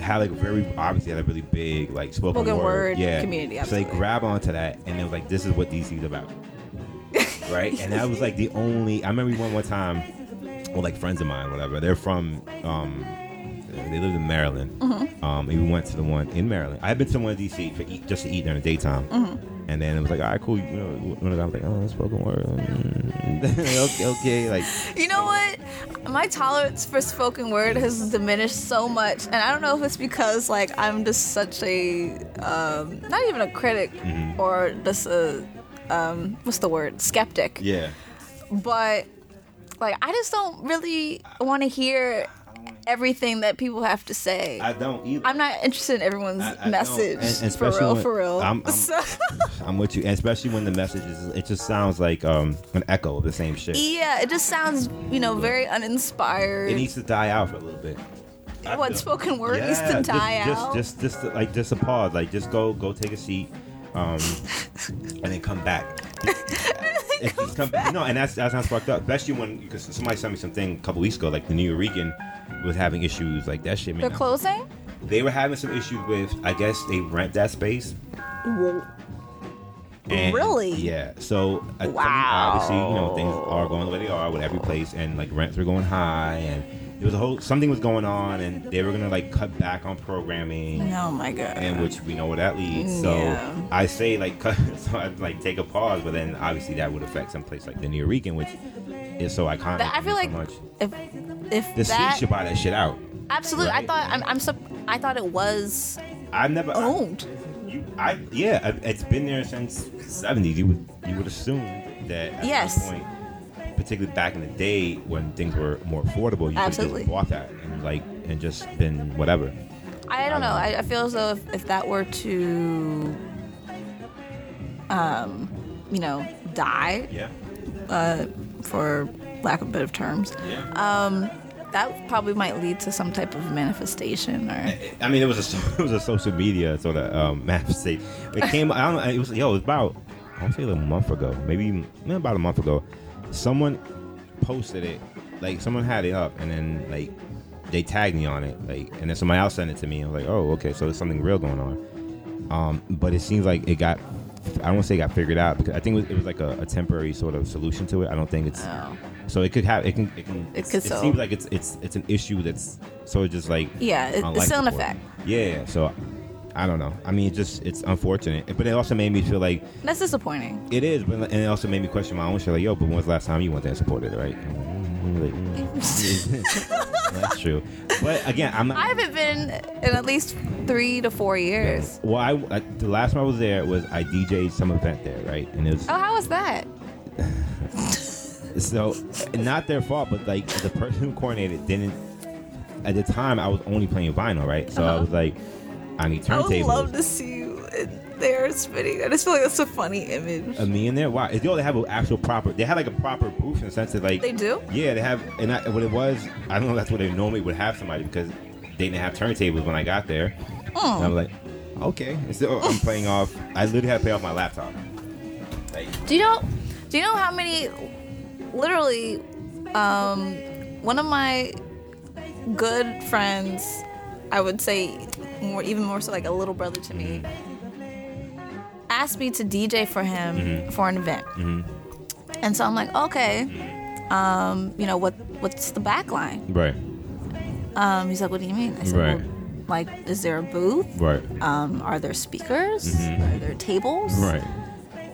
Speaker 2: had like a very obviously had a really big like spoken,
Speaker 1: Spoken word
Speaker 2: yeah
Speaker 1: community,
Speaker 2: So they
Speaker 1: absolutely.
Speaker 2: grab onto that and it was like, this is what DC is about, right? And that was like the only. I remember we went one time well, like friends of mine, whatever. They're from, um, they live in Maryland.
Speaker 1: Mm-hmm.
Speaker 2: Um, and we went to the one in Maryland. I had been to the one in DC for eat, just to eat during the daytime.
Speaker 1: Mm-hmm.
Speaker 2: And then it was like, all right, cool. You know, I was like, oh, that's spoken word. Mm. okay, okay, like,
Speaker 1: You know what? My tolerance for spoken word has diminished so much, and I don't know if it's because like I'm just such a um, not even a critic
Speaker 2: Mm-hmm.
Speaker 1: or just a um, what's the word skeptic.
Speaker 2: yeah.
Speaker 1: But like I just don't really want to hear everything that people have to say.
Speaker 2: I don't either.
Speaker 1: I'm not interested in everyone's
Speaker 2: I- I don't.
Speaker 1: message.
Speaker 2: And- and
Speaker 1: for
Speaker 2: especially
Speaker 1: real,
Speaker 2: when-
Speaker 1: for real.
Speaker 2: I'm- I'm-
Speaker 1: So-
Speaker 2: I'm with you, and especially when the message is, it just sounds like um, an echo of the same shit.
Speaker 1: yeah, it just sounds, you know, very uninspired.
Speaker 2: It needs to die out for a little bit. I
Speaker 1: what
Speaker 2: feel-
Speaker 1: spoken word
Speaker 2: Yeah,
Speaker 1: needs to
Speaker 2: just-
Speaker 1: die
Speaker 2: just,
Speaker 1: out.
Speaker 2: Just, just, like just a pause. Like just go, go take a seat, um, and then come back. If you come back. No, and that's that sounds fucked up. Especially when because somebody sent me something a couple weeks ago, like the New Yorker was having issues. Like that shit. Man,
Speaker 1: They're closing?
Speaker 2: they were having some issues with. I guess they rent that space. And,
Speaker 1: Really?
Speaker 2: Yeah. So uh, some-
Speaker 1: Wow.
Speaker 2: obviously, you know, things are going the way they are with every place, and like rents were going high, and there was a whole something was going on, and they were gonna like cut back on programming,
Speaker 1: Oh my god.
Speaker 2: and which we know where that leads. So
Speaker 1: Yeah.
Speaker 2: I say like cut, so I like take a pause, but then obviously that would affect some place like the New Yorker, which is so iconic.
Speaker 1: That- I feel
Speaker 2: and so
Speaker 1: like
Speaker 2: much.
Speaker 1: if if
Speaker 2: the
Speaker 1: that
Speaker 2: city should buy that shit out.
Speaker 1: absolutely,
Speaker 2: right?
Speaker 1: I thought I'm, I'm sup- I thought it was
Speaker 2: I've never.
Speaker 1: owned.
Speaker 2: You, I yeah, I- it's been there since '70s. You would you would assume that at
Speaker 1: Yes.
Speaker 2: some point, particularly back in the day when things were more affordable, you
Speaker 1: Absolutely.
Speaker 2: could just bought that and like and just been whatever.
Speaker 1: I don't know. I, I feel as though if, if that were to, um, you know, die
Speaker 2: Yeah,
Speaker 1: for lack of better terms,
Speaker 2: yeah.
Speaker 1: that probably might lead to some type of manifestation or.
Speaker 2: I mean, it was a so- it was a social media sort of um, map state. It came. I don't know. It was yo. It was about I want to say like a month ago, maybe yeah, about a month ago. Someone posted it. Like someone had it up, and then like they tagged me on it. Like, and then somebody else sent it to me. I was like, oh, okay, so there's something real going on. Um, but it seems like it got. I don't want to say it got figured out because I think it was, it was like a, a temporary sort of solution to it. I don't think it's
Speaker 1: Oh.
Speaker 2: so it could have it can it can
Speaker 1: It could so-
Speaker 2: seems like it's it's it's an issue that's sort of just like
Speaker 1: Yeah, it-
Speaker 2: on
Speaker 1: it's
Speaker 2: life
Speaker 1: still in
Speaker 2: support.
Speaker 1: Uh, effect.
Speaker 2: Yeah, so I don't know. I mean, it just it's unfortunate, but it also made me feel like
Speaker 1: That's disappointing.
Speaker 2: it is, but and it also made me question my own shit. Like, yo, but when was the last time you went there and supported it, right? And I'm like, mm. That's true, but again, I'm not.
Speaker 1: I haven't been in at least three to four years.
Speaker 2: well, I, I the last time I was there was I DJ'd some event there, right? And it was
Speaker 1: Oh, how was that? Oh.
Speaker 2: So, not their fault, but like the person who coordinated didn't. At the time, I was only playing vinyl, right? So I
Speaker 1: Uh-huh.
Speaker 2: was like, I need
Speaker 1: I would
Speaker 2: turntables.
Speaker 1: love to see you in there spinning. I just feel like that's a funny image.
Speaker 2: A millionaire? Wow. Yo, they have an actual proper. They had like a proper booth in the sense that like.
Speaker 1: They do?
Speaker 2: Yeah, they have. And I, what it was, I don't know. if That's what they normally would have somebody because they didn't have turntables when I got there. And
Speaker 1: Oh.
Speaker 2: I'm like, okay. And so I'm playing off. I literally had to pay off my laptop. Like,
Speaker 1: Do you know? Do you know how many? Literally, um, one of my good friends, I would say, more even more so, like a little brother to me,
Speaker 2: Mm-hmm.
Speaker 1: asked me to DJ for him for an event, and so I'm like, okay,
Speaker 2: Mm-hmm.
Speaker 1: um, you know what? What's the back line?
Speaker 2: right,
Speaker 1: Um, he's like, what do you mean? I said,
Speaker 2: Right.
Speaker 1: well, like, is there a booth?
Speaker 2: right,
Speaker 1: Um, are there speakers? Are there tables?
Speaker 2: Mm-hmm. right.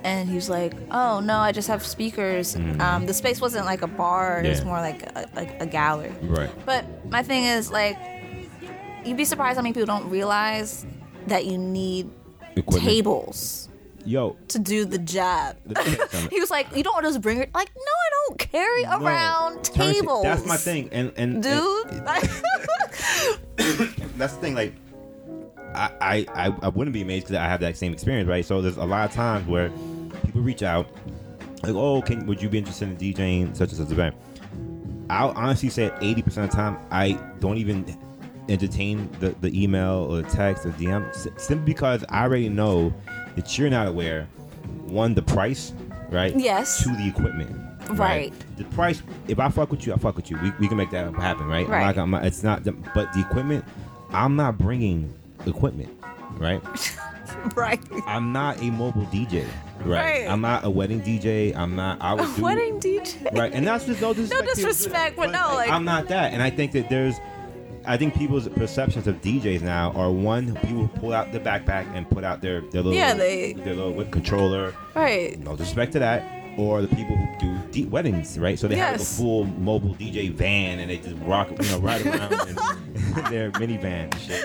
Speaker 1: and he was like, "Oh no, I just have speakers." Um, the space wasn't like a bar; it was
Speaker 2: Mm. Yeah.
Speaker 1: more like a, like a gallery.
Speaker 2: Right.
Speaker 1: But my thing is like, you'd be surprised how many people don't realize that you need
Speaker 2: Equipment.
Speaker 1: tables
Speaker 2: Yo.
Speaker 1: to do the job.
Speaker 2: let me tell you something.
Speaker 1: he was like, "You don't just bring it." Like, no, I don't carry
Speaker 2: um, No.
Speaker 1: around
Speaker 2: Turn-
Speaker 1: tables.
Speaker 2: That's my thing. And and and-
Speaker 1: dude. Like,
Speaker 2: that's the thing. Like, I I, I, I wouldn't be amazed because I have that same experience, right? So there's a lot of times where people reach out, like, "Oh, can would you be interested in DJing such and such event?" I'll honestly say, eighty percent of the time, I don't even entertain the, the email or the text or DM s- simply because I already know that you're not aware. One, the price, right?
Speaker 1: Yes.
Speaker 2: Two, the equipment.
Speaker 1: Right.
Speaker 2: The price. If I fuck with you, I fuck with you. We, we can make that happen, right? I'm
Speaker 1: Right.
Speaker 2: not- I'm not- it's not. The, but the equipment, I'm not bringing equipment, right?
Speaker 1: right.
Speaker 2: I'm not a mobile DJ, right?
Speaker 1: Right.
Speaker 2: I'm not a wedding DJ. I'm not. I would do,
Speaker 1: Wedding DJ.
Speaker 2: right? And that's just no disrespect. to-
Speaker 1: disrespect, but no, like-
Speaker 2: I'm not that. And I think that there's, I think people's perceptions of DJs now are one people pull out the backpack and put out their their little
Speaker 1: Yeah, they-
Speaker 2: their little whip controller
Speaker 1: Right.
Speaker 2: no disrespect to that, or the people who do de- weddings, right? So they have like a
Speaker 1: Yes.
Speaker 2: full mobile DJ van and they just rock, you know, ride around in their minivan and shit.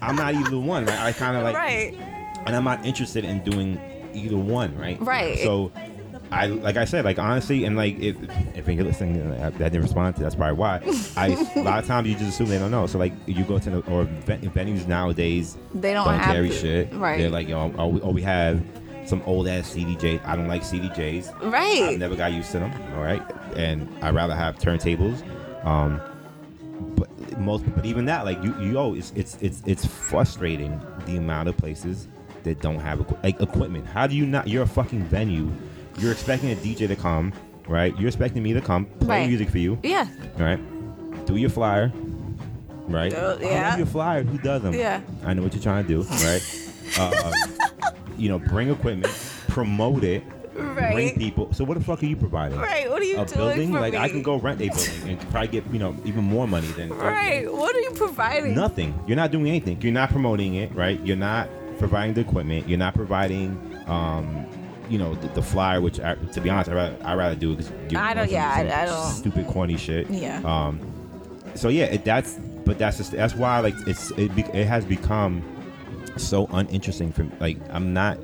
Speaker 2: I'm not either one, right? I kind of like,
Speaker 1: right.
Speaker 2: and I'm not interested in doing either one, right?
Speaker 1: Right.
Speaker 2: So. I like I said, like honestly, and like if if you're listening, and I, I didn't respond to. That's probably why. I a lot of times you just assume they don't know. So like you go to the, or ven- venues nowadays,
Speaker 1: They don't
Speaker 2: don't
Speaker 1: have
Speaker 2: carry
Speaker 1: to.
Speaker 2: shit.
Speaker 1: Oh, Right.
Speaker 2: They're like, yo, oh, we, oh, we have some old ass CDJs. I don't like CDJs. I
Speaker 1: Right.
Speaker 2: never got used to them. All right, and I'd rather have turntables. Um, but most, but even that, like you, you oh, it's it's it's it's frustrating the amount of places that don't have equi- like equipment. How do you not? You're a fucking venue. You're expecting a DJ to come, right? You're expecting me to come play
Speaker 1: Right.
Speaker 2: music for you,
Speaker 1: Yeah.
Speaker 2: right? Do your flyer, right?
Speaker 1: Oh,
Speaker 2: I
Speaker 1: yeah.
Speaker 2: love your flyer. Who does them?
Speaker 1: Yeah.
Speaker 2: I know what you're trying to do, right? uh, you know, bring equipment, promote it,
Speaker 1: Right.
Speaker 2: bring people. So what the fuck are you providing?
Speaker 1: Right, what are you
Speaker 2: a
Speaker 1: doing
Speaker 2: building?
Speaker 1: for
Speaker 2: like I
Speaker 1: me?
Speaker 2: can go rent a building and probably get you know even more money than
Speaker 1: Right. What are you providing?
Speaker 2: Nothing. You're not doing anything. You're not promoting it, right? You're not providing the equipment. You're not providing, um, you know, the, the flyer. Which, I, to be honest, I rather I rather do because
Speaker 1: I don't- yeah, I- I don't-
Speaker 2: Stupid, corny shit.
Speaker 1: Yeah.
Speaker 2: Um. So yeah, it, that's but that's just that's why like it's it be, it has become so uninteresting for me. Like I'm not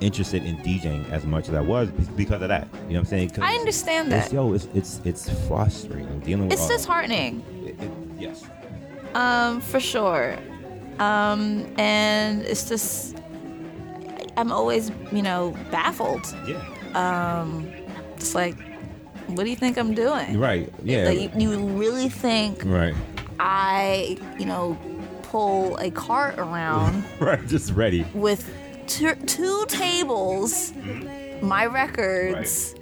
Speaker 2: interested in DJing as much as I was be- because of that. You know what I'm saying? 'Cause
Speaker 1: I understand
Speaker 2: It's,
Speaker 1: that.
Speaker 2: yo, it's it's it's frustrating dealing with.
Speaker 1: It's
Speaker 2: all that.
Speaker 1: disheartening.
Speaker 2: It- it- yes.
Speaker 1: Um, for sure. Um, and it's just I'm always, you know, baffled.
Speaker 2: Yeah.
Speaker 1: It's like, what do you think I'm doing?
Speaker 2: Right. Yeah.
Speaker 1: Like you, you really think
Speaker 2: right.
Speaker 1: I, you know, pull a cart around
Speaker 2: Right. Just ready.
Speaker 1: with two, two tables, my records,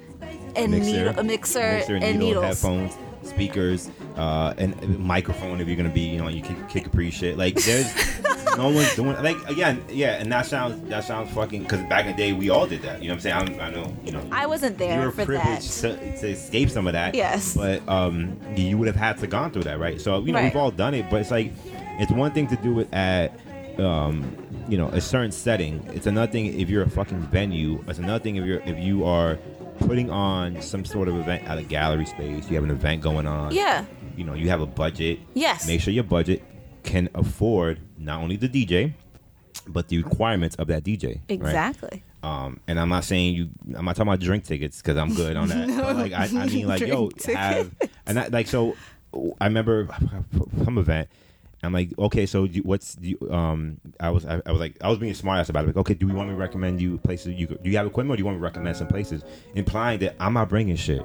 Speaker 1: and needle, a mixer, and,
Speaker 2: needle,
Speaker 1: needles.
Speaker 2: headphones, speakers, uh, and a microphone if you're gonna be, you know, you kick kick Capri shit. Like there's no one's doing like again, yeah. And that sounds that sounds fucking because back in the day we all did that. You know what I'm saying? i I know. You know.
Speaker 1: I wasn't
Speaker 2: you
Speaker 1: there
Speaker 2: were
Speaker 1: for that.
Speaker 2: privileged to, to escape some of that.
Speaker 1: Yes.
Speaker 2: But um, you would have had to gone through that, right? So you know
Speaker 1: Right.
Speaker 2: we've all done it, but it's like it's one thing to do it at um, you know a certain setting. It's another thing if you're a fucking venue. It's another thing if you're if you are putting on some sort of event at a gallery space. You have an event going on.
Speaker 1: Yeah.
Speaker 2: You know you have a budget.
Speaker 1: Yes.
Speaker 2: Make sure your budget can afford not only the DJ, but the requirements of that DJ. right?
Speaker 1: Exactly.
Speaker 2: Um, and I'm not saying you. I'm not talking about drink tickets because I'm good on that. But, like I, I mean, like yo,
Speaker 1: Drink
Speaker 2: have and I, like so. I remember some event, I'm like, okay, so you, what's you, um? I was I, I was like I was being smart ass about it. Like, okay, do we want me to recommend you places you could- do you have equipment, or do you want me to recommend some places, implying that I'm not bringing shit,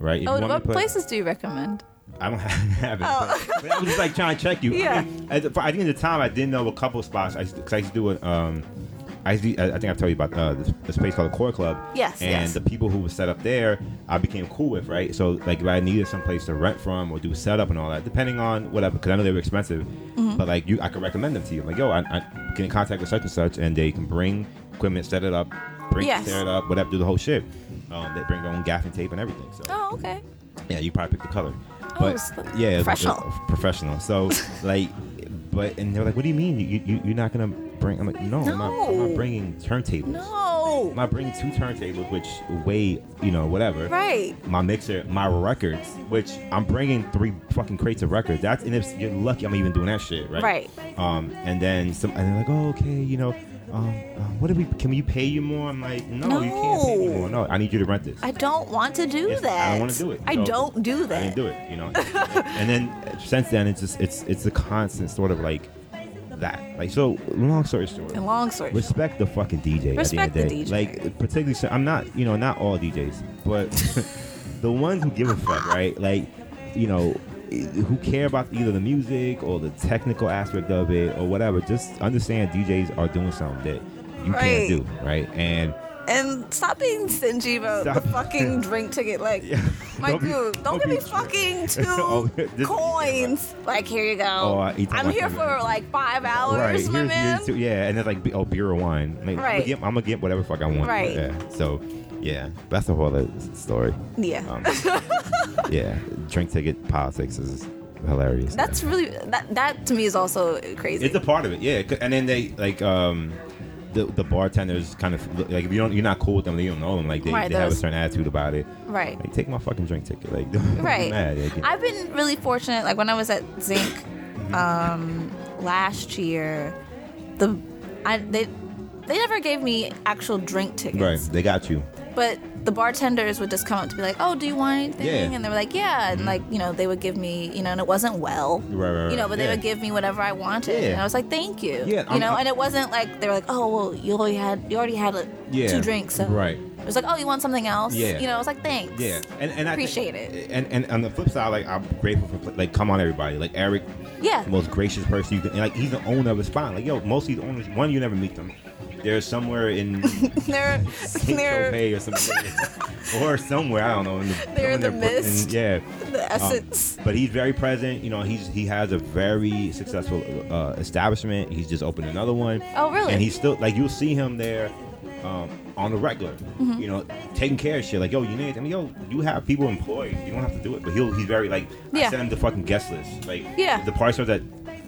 Speaker 2: right? If
Speaker 1: Oh,
Speaker 2: you want me
Speaker 1: what
Speaker 2: to put-
Speaker 1: places do you recommend?
Speaker 2: I don't have, have it. But, but I was just like trying to check you.
Speaker 1: Oh. Yeah.
Speaker 2: I, mean, at the, I think at the time I didn't know a couple spots. I used, to- cause I used to do it. Um, I, used to, I I think I've told you about uh, this, this place called the Core Club.
Speaker 1: Yes,
Speaker 2: And
Speaker 1: yes.
Speaker 2: the people who were set up there, I became cool with, right? So like, if I needed some place to rent from or do setup and all that, depending on whatever, because I know they were expensive.
Speaker 1: Mm-hmm.
Speaker 2: But like, you, I could recommend them to you. I'm like, yo, I, I get in contact with such and such, and they can bring equipment, set it up, bring
Speaker 1: Yes.
Speaker 2: tear it up, whatever, do the whole shit. Um, they bring their own gaffing tape and everything. So.
Speaker 1: Oh, okay.
Speaker 2: Yeah, you probably picked the color.
Speaker 1: Oh,
Speaker 2: But
Speaker 1: it's like
Speaker 2: yeah, it was-
Speaker 1: professional.
Speaker 2: it was professional. So like, but and they're like, "What do you mean? You, you you're not gonna bring?" I'm like, "No, I'm, not, I'm
Speaker 1: No.
Speaker 2: not bringing turntables.
Speaker 1: No.
Speaker 2: I'm not bringing two turntables, which weigh you know whatever.
Speaker 1: Right.
Speaker 2: My mixer, my records, which I'm bringing three fucking crates of records. That's and if you're lucky, I'm even doing that shit, right?
Speaker 1: Right.
Speaker 2: Um, and then some, and they're like, "Oh, okay, you know." Um, um, what do we? Can we pay you more? I'm like, no, you can't pay me
Speaker 1: No.
Speaker 2: more. No, I need you to rent this.
Speaker 1: I don't want to do
Speaker 2: It's-
Speaker 1: that.
Speaker 2: I don't want to do it.
Speaker 1: I
Speaker 2: So,
Speaker 1: don't do that.
Speaker 2: I didn't do it, you know. and then since then, it's just it's it's a constant sort of like that. Like so, long story short.
Speaker 1: And long story. short.
Speaker 2: Respect the fucking DJ.
Speaker 1: Respect
Speaker 2: at the, end of
Speaker 1: the DJ.
Speaker 2: day. Like particularly, so I'm not you know not all DJs, but the ones who give a fuck, right? Like you know who care about either the music or the technical aspect of it or whatever. Just understand DJs are doing something that you
Speaker 1: Right.
Speaker 2: can't do, right? And
Speaker 1: And stop being stingy about the
Speaker 2: Stop.
Speaker 1: fucking drink ticket. Like, my
Speaker 2: Don't be-
Speaker 1: dude, don't,
Speaker 2: don't
Speaker 1: give me
Speaker 2: be-
Speaker 1: fucking two
Speaker 2: Oh, this-
Speaker 1: coins. Like, here you go.
Speaker 2: Oh, I- you talking
Speaker 1: I'm
Speaker 2: about
Speaker 1: here
Speaker 2: that,
Speaker 1: for
Speaker 2: man.
Speaker 1: like five hours,
Speaker 2: right.
Speaker 1: my
Speaker 2: here's-
Speaker 1: man.
Speaker 2: here's two- yeah, and it's like be- oh beer or wine. Like, I'm,
Speaker 1: Right.
Speaker 2: gonna get, I'm gonna get whatever fuck I want.
Speaker 1: Right.
Speaker 2: Yeah. So yeah, that's a whole other s- story.
Speaker 1: yeah.
Speaker 2: Um, yeah, drink ticket politics is hilarious.
Speaker 1: That's really that. That to me is also crazy.
Speaker 2: it's a part of it. Yeah, 'cause- and then they like um. The, the bartenders kind of look- like if you don't you're not cool with them you don't know them like they,
Speaker 1: Right,
Speaker 2: they have a
Speaker 1: those-
Speaker 2: certain attitude about it
Speaker 1: right.
Speaker 2: like take my fucking drink ticket like don't
Speaker 1: right.
Speaker 2: mad, like,
Speaker 1: I've been really fortunate. Like when I was at Zinc um, last year, the I they they never gave me actual drink tickets.
Speaker 2: right they got you
Speaker 1: But the bartenders would just come up to be like, "Oh, do you want anything?"
Speaker 2: Yeah. Mm-hmm.
Speaker 1: And they were like, "Yeah," and like you know they would give me you know, and it wasn't well.
Speaker 2: Right, right, right,
Speaker 1: You know, but they
Speaker 2: yeah.
Speaker 1: would give me whatever I wanted,
Speaker 2: Yeah.
Speaker 1: and I was like, "Thank you."
Speaker 2: Yeah,
Speaker 1: you
Speaker 2: I'm-
Speaker 1: know,
Speaker 2: I'm-
Speaker 1: and it wasn't like they were like, "Oh, well, you already had you already had like,
Speaker 2: Yeah,
Speaker 1: two drinks." So.
Speaker 2: right.
Speaker 1: It was like, "Oh, you want something else?"
Speaker 2: Yeah.
Speaker 1: You know, I was like, "Thanks."
Speaker 2: Yeah, and and I think-
Speaker 1: Appreciate it.
Speaker 2: And and on the flip side, like I'm grateful for like come on everybody, like Eric,
Speaker 1: Yeah.
Speaker 2: the most gracious person you can. And, like he's the owner of a spot. Like yo, most of these owners, one you never meet them. They're somewhere in
Speaker 1: They're
Speaker 2: Saint
Speaker 1: they're
Speaker 2: Tropez or something, or somewhere I don't know. In the,
Speaker 1: They're in the
Speaker 2: somewhere Brooklyn,
Speaker 1: mist.
Speaker 2: Yeah,
Speaker 1: the
Speaker 2: um,
Speaker 1: essence.
Speaker 2: but he's very present. You know, he's he has a very successful uh, establishment. He's just opened another one.
Speaker 1: Oh, really?
Speaker 2: And he's still like you'll see him there um, on the regular.
Speaker 1: Mm-hmm.
Speaker 2: You know, taking care of shit. Like yo, you need. I mean, yo, you have people employed. You don't have to do it. But he'll he's very like
Speaker 1: Yeah.
Speaker 2: I send him the fucking guest list. Like
Speaker 1: Yeah.
Speaker 2: the party starts at.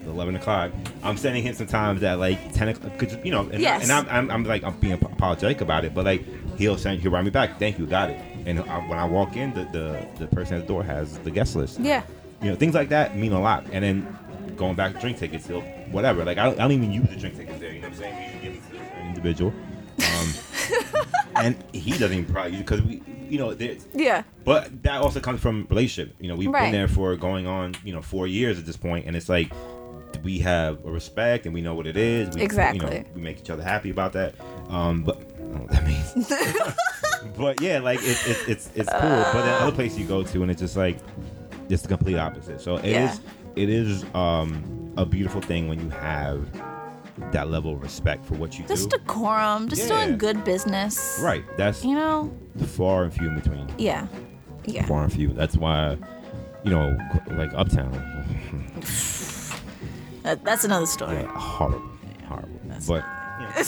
Speaker 2: 11 o'clock. I'm sending him sometimes at like 10 o'clock. Cause, you know, and, I-
Speaker 1: Yes.
Speaker 2: and I'm, I'm, I'm like, I'm being apologetic about it, but like, he'll send, he'll write me back. Thank you, got it. And I, when I walk in, the, the the person at the door has the guest list
Speaker 1: Yeah.
Speaker 2: you know things like that mean a lot and then going back to drink tickets he'll whatever like i don't, I don't even use the drink tickets there you know what i'm saying we usually give them to an individual um, and he doesn't even probably because we you know there's
Speaker 1: Yeah.
Speaker 2: but that also comes from relationship you know we've
Speaker 1: Right.
Speaker 2: been there for going on you know four years at this point and it's like we have a respect and we know what it is we, you
Speaker 1: Exactly.
Speaker 2: know, we make each other happy about that um but I don't know what that means but yeah like it, it, it's it's cool but the other place you go to and it's just like it's the complete opposite so it is
Speaker 1: Yeah.
Speaker 2: it is um a beautiful thing when you have that level of respect for what you
Speaker 1: Just
Speaker 2: do
Speaker 1: decorum, just
Speaker 2: Yeah.
Speaker 1: doing good business.
Speaker 2: right that's
Speaker 1: You know?
Speaker 2: far and few in between
Speaker 1: Yeah. Yeah.
Speaker 2: far and few. That's why, you know, like Uptown,
Speaker 1: That, that's another story.
Speaker 2: yeah, horrible, horrible. but you know,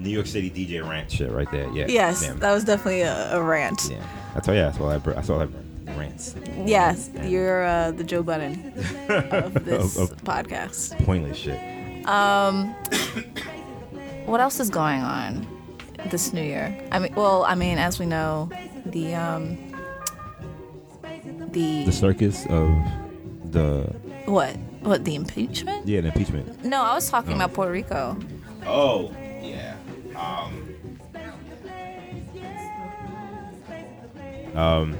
Speaker 2: New York City DJ rant shit right there. Yeah.
Speaker 1: Yes,
Speaker 2: Yeah.
Speaker 1: that was definitely a, a rant.
Speaker 2: yeah. That's all. Yeah. That's all I. br- That's all I. br- Rants.
Speaker 1: Yes,
Speaker 2: Yeah.
Speaker 1: you're uh, the Joe Budden of this
Speaker 2: Of- of-
Speaker 1: podcast.
Speaker 2: Pointless shit.
Speaker 1: What else is going on this new year? I mean, well, I mean, as we know, the um, the,
Speaker 2: The circus of the
Speaker 1: what what the impeachment?
Speaker 2: yeah the impeachment.
Speaker 1: No, I was talking
Speaker 2: Oh.
Speaker 1: about Puerto Rico.
Speaker 2: Oh yeah. Um. Um.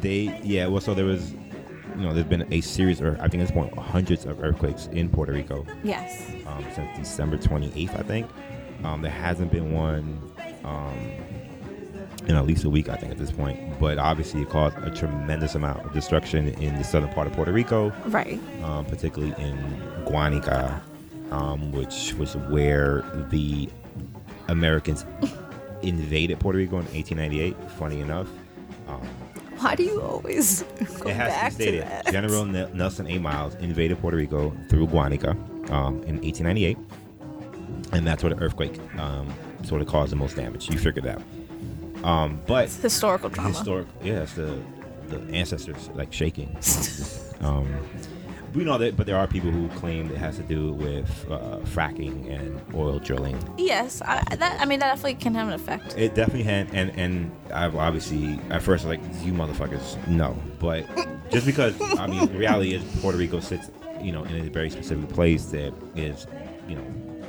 Speaker 2: They yeah. Well, so there was you know, there's been a series, or I think at this point, hundreds of earthquakes in Puerto Rico
Speaker 1: Yes.
Speaker 2: um, since December 28th, I think. Um, there hasn't been one um, in at least a week, I think, at this point. But obviously, it caused a tremendous amount of destruction in the southern part of Puerto Rico,
Speaker 1: Right.
Speaker 2: um, particularly in Guanica, um, which was where the Americans invaded Puerto Rico in 1898. Funny enough. Um,
Speaker 1: Why do you always go
Speaker 2: it has
Speaker 1: back to,
Speaker 2: to be stated.
Speaker 1: that?
Speaker 2: General N- Nelson A. Miles invaded Puerto Rico through Guanica um, in 1898, and that's where the earthquake um, sort of caused the most damage. You figured that. out. Um, but
Speaker 1: Historical trauma.
Speaker 2: historic, yeah, it's the the ancestors like shaking. um, we know that, but there are people who claim it has to do with uh, fracking and oil drilling.
Speaker 1: yes. I, that. I mean, that definitely can have an effect.
Speaker 2: It definitely had, and and I've obviously at first like you motherfuckers, no, but just because I mean the reality is Puerto Rico sits, you know, in a very specific place that is, you know,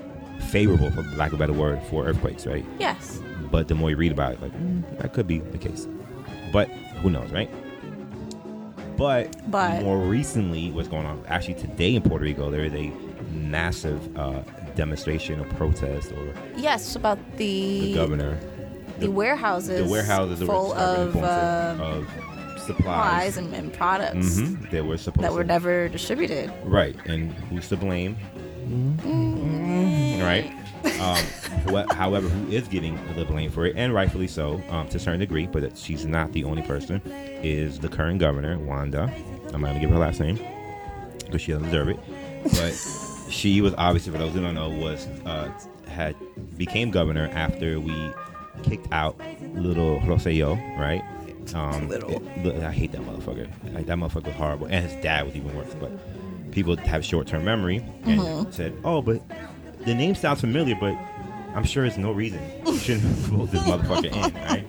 Speaker 2: favorable for lack of a better word for earthquakes, right?
Speaker 1: Yes.
Speaker 2: But the more you read about it, like mm, that could be the case, but who knows, right? But,
Speaker 1: But-
Speaker 2: more recently, what's going on? Actually, today in Puerto Rico, there is a massive uh, demonstration or protest or
Speaker 1: Yes. About the
Speaker 2: the governor
Speaker 1: the warehouses.
Speaker 2: the warehouses that were
Speaker 1: full
Speaker 2: starting
Speaker 1: of
Speaker 2: to form
Speaker 1: uh,
Speaker 2: of
Speaker 1: supplies
Speaker 2: supplies
Speaker 1: and, and products
Speaker 2: hmm that were supposed
Speaker 1: that were
Speaker 2: to,
Speaker 1: never distributed.
Speaker 2: right and who's to blame
Speaker 1: Mm-hmm.
Speaker 2: right um, wh- however who is getting the blame for it and rightfully so um, to a certain degree but that she's not the only person is the current governor wanda i'm not gonna give her last name because she doesn't deserve it but she was obviously for those who don't know was uh, had became governor after we kicked out little Rosselló right um,
Speaker 1: Little.
Speaker 2: it- li- I hate that motherfucker like that motherfucker was horrible and his dad was even worse but people have short term memory and said oh but the name sounds familiar but I'm sure it's no reason you shouldn't vote this motherfucker in right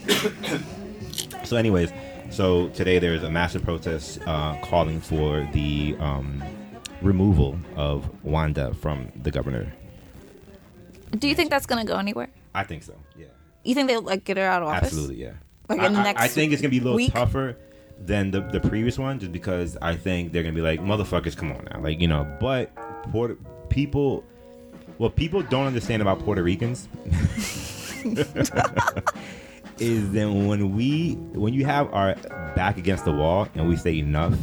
Speaker 2: so, anyways, so today there is a massive protest uh, calling for the um, removal of Wanda from the governor.
Speaker 1: Do you think that's gonna go anywhere?
Speaker 2: I think so. Yeah,
Speaker 1: You think they'll like get her out of office?
Speaker 2: absolutely. Yeah.
Speaker 1: Like
Speaker 2: I,
Speaker 1: in the
Speaker 2: I-
Speaker 1: next
Speaker 2: I think it's gonna be a little
Speaker 1: week?
Speaker 2: tougher than the the previous one, just because I think they're gonna be like, motherfuckers, come on now, like you know. But Puerto people, what people don't understand about Puerto Ricans is that when we when you have our back against the wall and we say enough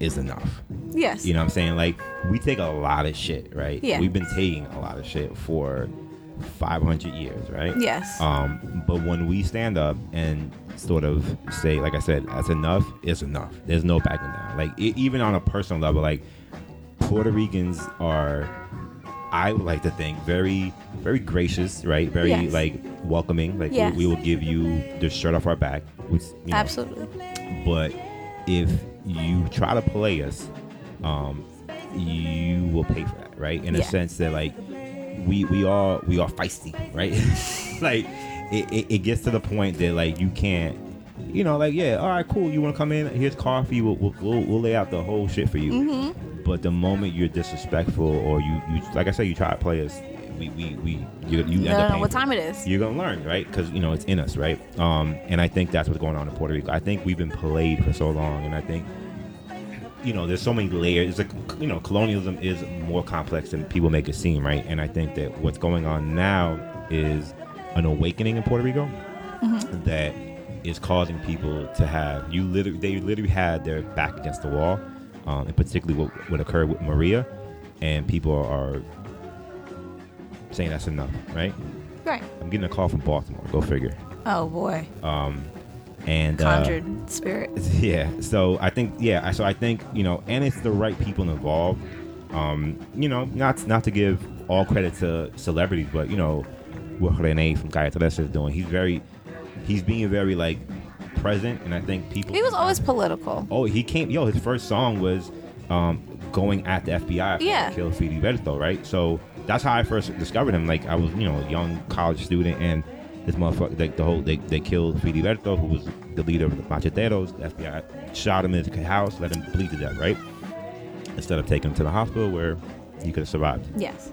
Speaker 2: is enough.
Speaker 1: Yes.
Speaker 2: You know what I'm saying? Like we take a lot of shit, right?
Speaker 1: Yeah.
Speaker 2: We've been taking a lot of shit for 500 years, right?
Speaker 1: Yes.
Speaker 2: Um, but when we stand up and sort of say, like I said, that's enough, it's enough. There's no backing down. Like e- even on a personal level, like Puerto Ricans are, I would like to think, very, very gracious, right? Very
Speaker 1: Yes.
Speaker 2: like welcoming. Like
Speaker 1: Yes.
Speaker 2: we, we will give you the shirt off our back. Which, you know,
Speaker 1: Absolutely.
Speaker 2: but if you try to play us, um, you will pay for that, right? In a
Speaker 1: Yeah.
Speaker 2: sense that like we we all we are feisty, right? like it, it, it gets to the point that like you can't, you know, like yeah, all right, cool. You want to come in? Here's coffee. We'll we'll, we'll, we'll lay out the whole shit for you.
Speaker 1: Mm-hmm.
Speaker 2: But the moment you're disrespectful or you, you like I said, you try to play us, we we, we you, you end
Speaker 1: No, no,
Speaker 2: up
Speaker 1: no.
Speaker 2: paying
Speaker 1: What
Speaker 2: for it
Speaker 1: time it is?
Speaker 2: you're gonna learn, right? Because you know it's in us, right? Um, and I think that's what's going on in Puerto Rico. I think we've been played for so long, and I think you know there's so many layers. It's like you know colonialism is more complex than people make it seem, right? And I think that what's going on now is an awakening in Puerto Rico that is causing people to have you literally they literally had their back against the wall, um, and particularly what what occurred with Maria, and people are saying that's enough, right?
Speaker 1: Right.
Speaker 2: I'm getting a call from Baltimore. Go figure.
Speaker 1: Oh boy.
Speaker 2: And
Speaker 1: Conjured spirit.
Speaker 2: Uh, yeah. So I think yeah. I- So I think you know, and it's the right people involved. Um, you know, not not to give all credit to celebrities, but you know, what Rene from Calle 13 is doing, he's very, he's being very like present, and I think people.
Speaker 1: He was always political.
Speaker 2: Oh, he came. Yo, his first song was um, going at the FBI. for
Speaker 1: Yeah.
Speaker 2: Kill Fidi Berto, right? So that's how I first discovered him. Like I was, you know, a young college student, and this motherfucker, like the whole, they, they killed Fidi Berto, who was the leader of the macheteros. The FBI shot him in his house, let him bleed to death, right? Instead of taking him to the hospital where you could have survived.
Speaker 1: Yes.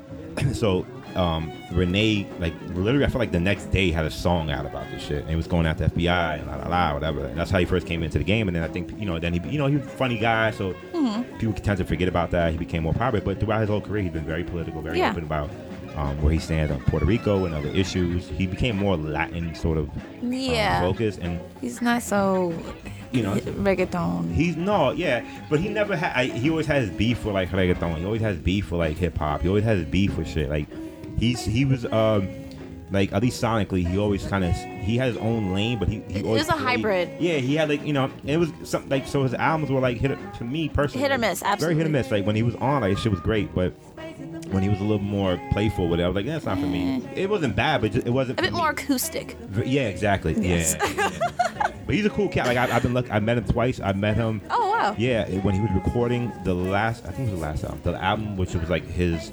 Speaker 2: so um, Renee, like literally, I felt like the next day had a song out about this shit, and he was going after FBI and la la la, whatever. And that's how he first came into the game. And then I think you know, then he, you know, he was a funny guy, so
Speaker 1: Mm-hmm.
Speaker 2: people tend to forget about that. He became more popular, but throughout his whole career, he's been very political, very
Speaker 1: Yeah.
Speaker 2: open about um, where he stands on Puerto Rico and other issues. He became more Latin sort of um,
Speaker 1: Yeah.
Speaker 2: focused, and
Speaker 1: He's not so
Speaker 2: you know,
Speaker 1: reggaeton.
Speaker 2: He's no, yeah, but he never had. I, he always has beef for like reggaeton. He always has beef for like hip hop. He always has beef for shit. Like he's he was um like at least sonically he always kind of he had his own lane, but he, he
Speaker 1: It
Speaker 2: always
Speaker 1: was a hybrid.
Speaker 2: Yeah, he had like you know it was something like so his albums were like hit or- to me personally
Speaker 1: Hit or miss,
Speaker 2: very hit
Speaker 1: absolutely.
Speaker 2: or miss. Like when he was on, like shit was great, but. When he was a little more playful with it, I was like, "That's not for me." It wasn't bad, but just, it wasn't
Speaker 1: A
Speaker 2: for
Speaker 1: bit
Speaker 2: me.
Speaker 1: more acoustic.
Speaker 2: V- Yeah, exactly.
Speaker 1: Yes.
Speaker 2: Yeah, yeah. but he's a cool cat. Like I, I've been luck. I met him twice. I met him.
Speaker 1: Oh wow.
Speaker 2: Yeah, when he was recording the last, I think it was the last album, the album which was like his,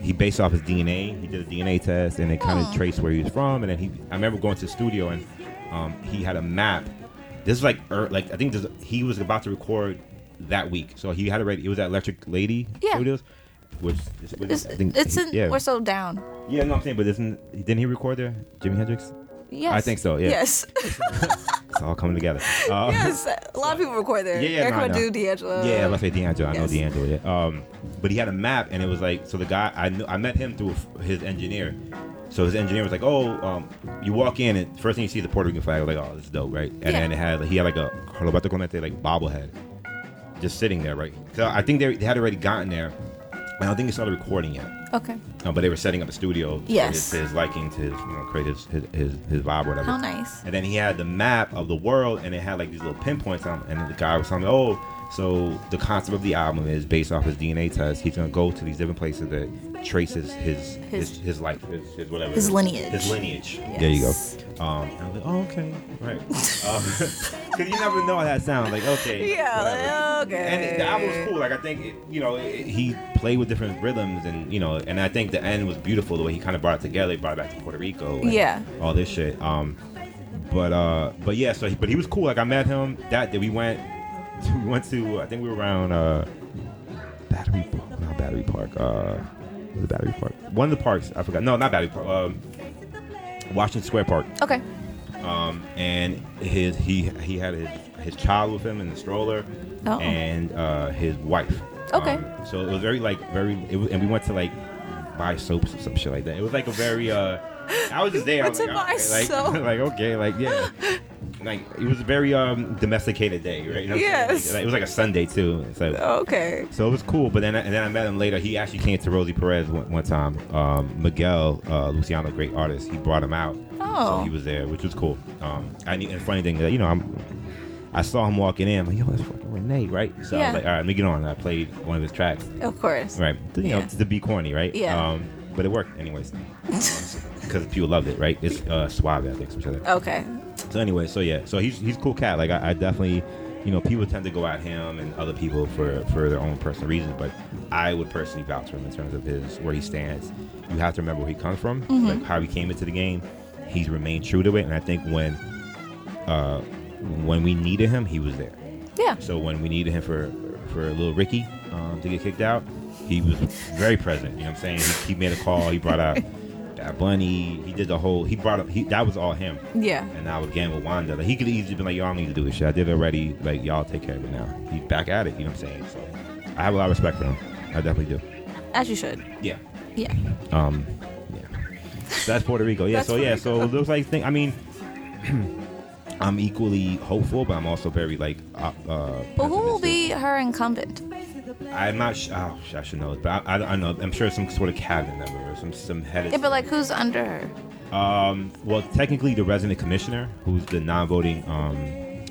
Speaker 2: he based off his DNA. He did a DNA test and it kind of
Speaker 1: Oh.
Speaker 2: traced where he was from. And then he, I remember going to the studio and um, he had a map. This is like, er, like I think this, he was about to record that week, so he had already. It was at Electric Lady
Speaker 1: Yeah.
Speaker 2: Studios, which is- which
Speaker 1: It's,
Speaker 2: I think
Speaker 1: it's in.
Speaker 2: yeah,
Speaker 1: We're so down.
Speaker 2: yeah. No, I'm saying, but isn't didn't he record there, Jimi Hendrix?
Speaker 1: Yes.
Speaker 2: I think so, yeah.
Speaker 1: Yes.
Speaker 2: It's all coming together. Uh,
Speaker 1: yes. A lot of people record there.
Speaker 2: Yeah, yeah,
Speaker 1: Eric
Speaker 2: no, I know.
Speaker 1: Badu, D'Angelo.
Speaker 2: Yeah, let's say D'Angelo. I know
Speaker 1: Uh, Yes.
Speaker 2: D'Angelo. Yeah. Um, but he had a map, and it was like so. The guy I knew, I met him through his engineer. So his engineer was like, "Oh, um, you walk in, and first thing you see is the Puerto Rican flag. I was like, oh, this is dope, right?" And
Speaker 1: Yeah.
Speaker 2: then it had he had like a Roberto Clemente like bobblehead, just sitting there, right? So I think they, they had already gotten there. I don't think they started recording yet,
Speaker 1: Okay.
Speaker 2: uh, but they were setting up a studio. to
Speaker 1: Yes.
Speaker 2: his, to his liking, to his you know, create his his, his, his vibe, or whatever.
Speaker 1: How Oh, nice.
Speaker 2: And then he had the map of the world, and it had like these little pinpoints on. it. And the guy was telling me, "Oh, so the concept of the album is based off his DNA test. He's gonna go to these different places that traces his his
Speaker 1: His-
Speaker 2: his, life, his, his whatever,
Speaker 1: His lineage.
Speaker 2: his lineage. There you
Speaker 1: Yes.
Speaker 2: go. Um, and I was like, "Oh, okay, right." Because you never know how that sounds. Like, okay, whatever.
Speaker 1: Yeah. okay.
Speaker 2: And the album was cool. Like I think it, you know it, he played with different rhythms, and you know, and I think the end was beautiful the way he kind of brought it together. He brought it back to Puerto Rico. and
Speaker 1: Yeah.
Speaker 2: All this shit. Um, but uh, but yeah. So he, but he was cool. Like I met him that day. We went we went to I think we were around uh Battery Park, not Battery Park. Uh, was it Battery Park? One of the parks. I forgot. No, not Battery Park. Um, Washington Square Park
Speaker 1: Okay.
Speaker 2: um, and his he he had his his child with him in the stroller,
Speaker 1: Oh.
Speaker 2: and uh, his wife.
Speaker 1: Okay.
Speaker 2: Um, so it was very like very, it was, and we went to like buy soaps or some shit like that. It was like a very. uh I was just there. I
Speaker 1: Went
Speaker 2: was
Speaker 1: to
Speaker 2: like,
Speaker 1: buy
Speaker 2: okay, like,
Speaker 1: soap.
Speaker 2: like okay, like yeah. Like it was a very um domesticated day, right? You know what I'm saying?
Speaker 1: Yes.
Speaker 2: Like, it was like a Sunday too. It's like
Speaker 1: Okay.
Speaker 2: so it was cool, but then and then I met him later. He actually came to Rosie Perez one, one time. Um, Miguel uh, Luciano, great artist, he brought him out.
Speaker 1: Oh.
Speaker 2: so he was there, which was cool. Um, I knew, and funny thing that you know I'm, I saw him walking in. I'm like, yo, that's fucking Renee, right? So I
Speaker 1: Yeah.
Speaker 2: was like, all right, let me get on. And I played one of his tracks,
Speaker 1: Of course.
Speaker 2: right? You know,
Speaker 1: Yeah.
Speaker 2: to be corny, right?
Speaker 1: Yeah.
Speaker 2: Um, but it worked anyways, because people loved it, right? It's uh, suave, I think, something like that.
Speaker 1: okay.
Speaker 2: So anyway, so yeah, so he's he's a cool cat. Like I, I definitely, you know, people tend to go at him and other people for for their own personal reasons, but I would personally vouch for him in terms of his where he stands. You have to remember where he comes from, like how he came into the game. He's remained true to it, and I think when uh when we needed him, he was there.
Speaker 1: Yeah.
Speaker 2: So when we needed him for for little Ricky um, to get kicked out, he was very present. You know what I'm saying? He, he made a call. He brought out that bunny. He did the whole. He brought up. He that was all him.
Speaker 1: Yeah.
Speaker 2: And now again with Wanda, like he could easily been like, "Y'all need to do this shit. I did it already. Like y'all take care of it now." He's back at it. You know what I'm saying? So I have a lot of respect for him. I definitely do.
Speaker 1: As you should.
Speaker 2: Yeah.
Speaker 1: Yeah.
Speaker 2: Um. Yeah. So that's Puerto Rico. Yeah.
Speaker 1: That's
Speaker 2: so
Speaker 1: Puerto
Speaker 2: yeah.
Speaker 1: Rico.
Speaker 2: So it looks like thing. I mean, I'm equally hopeful, but I'm also very like. Uh, uh,
Speaker 1: But who will
Speaker 2: pessimistic.
Speaker 1: be her incumbent?
Speaker 2: I'm not. Sh- oh, sh- I should know it, but I, I, I know. I'm sure some sort of cabinet member or some some head. of
Speaker 1: Yeah, but like who's under her?
Speaker 2: Um, well, technically, the resident commissioner, who's the non-voting um,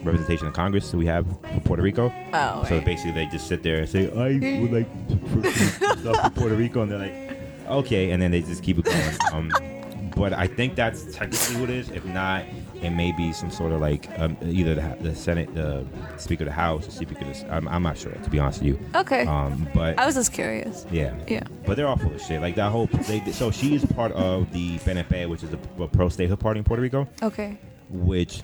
Speaker 2: representation in Congress that we have for Puerto Rico.
Speaker 1: Oh,
Speaker 2: So
Speaker 1: right.
Speaker 2: basically, they just sit there and say, "I would like for, stuff for Puerto Rico," and they're like, "Okay," and then they just keep it going. Um, but I think that's technically what it is. If not, it may be some sort of like um, either the, the Senate, the Speaker of the House, or Speaker. Of the, s- I'm, I'm not sure to be honest with you.
Speaker 1: Okay.
Speaker 2: Um, but
Speaker 1: I was just curious.
Speaker 2: yeah.
Speaker 1: Oh, Yeah.
Speaker 2: But they're all full of shit. Like that whole. They, so she is part of the PNP, which is a, pro statehood party in Puerto Rico.
Speaker 1: Okay.
Speaker 2: Which,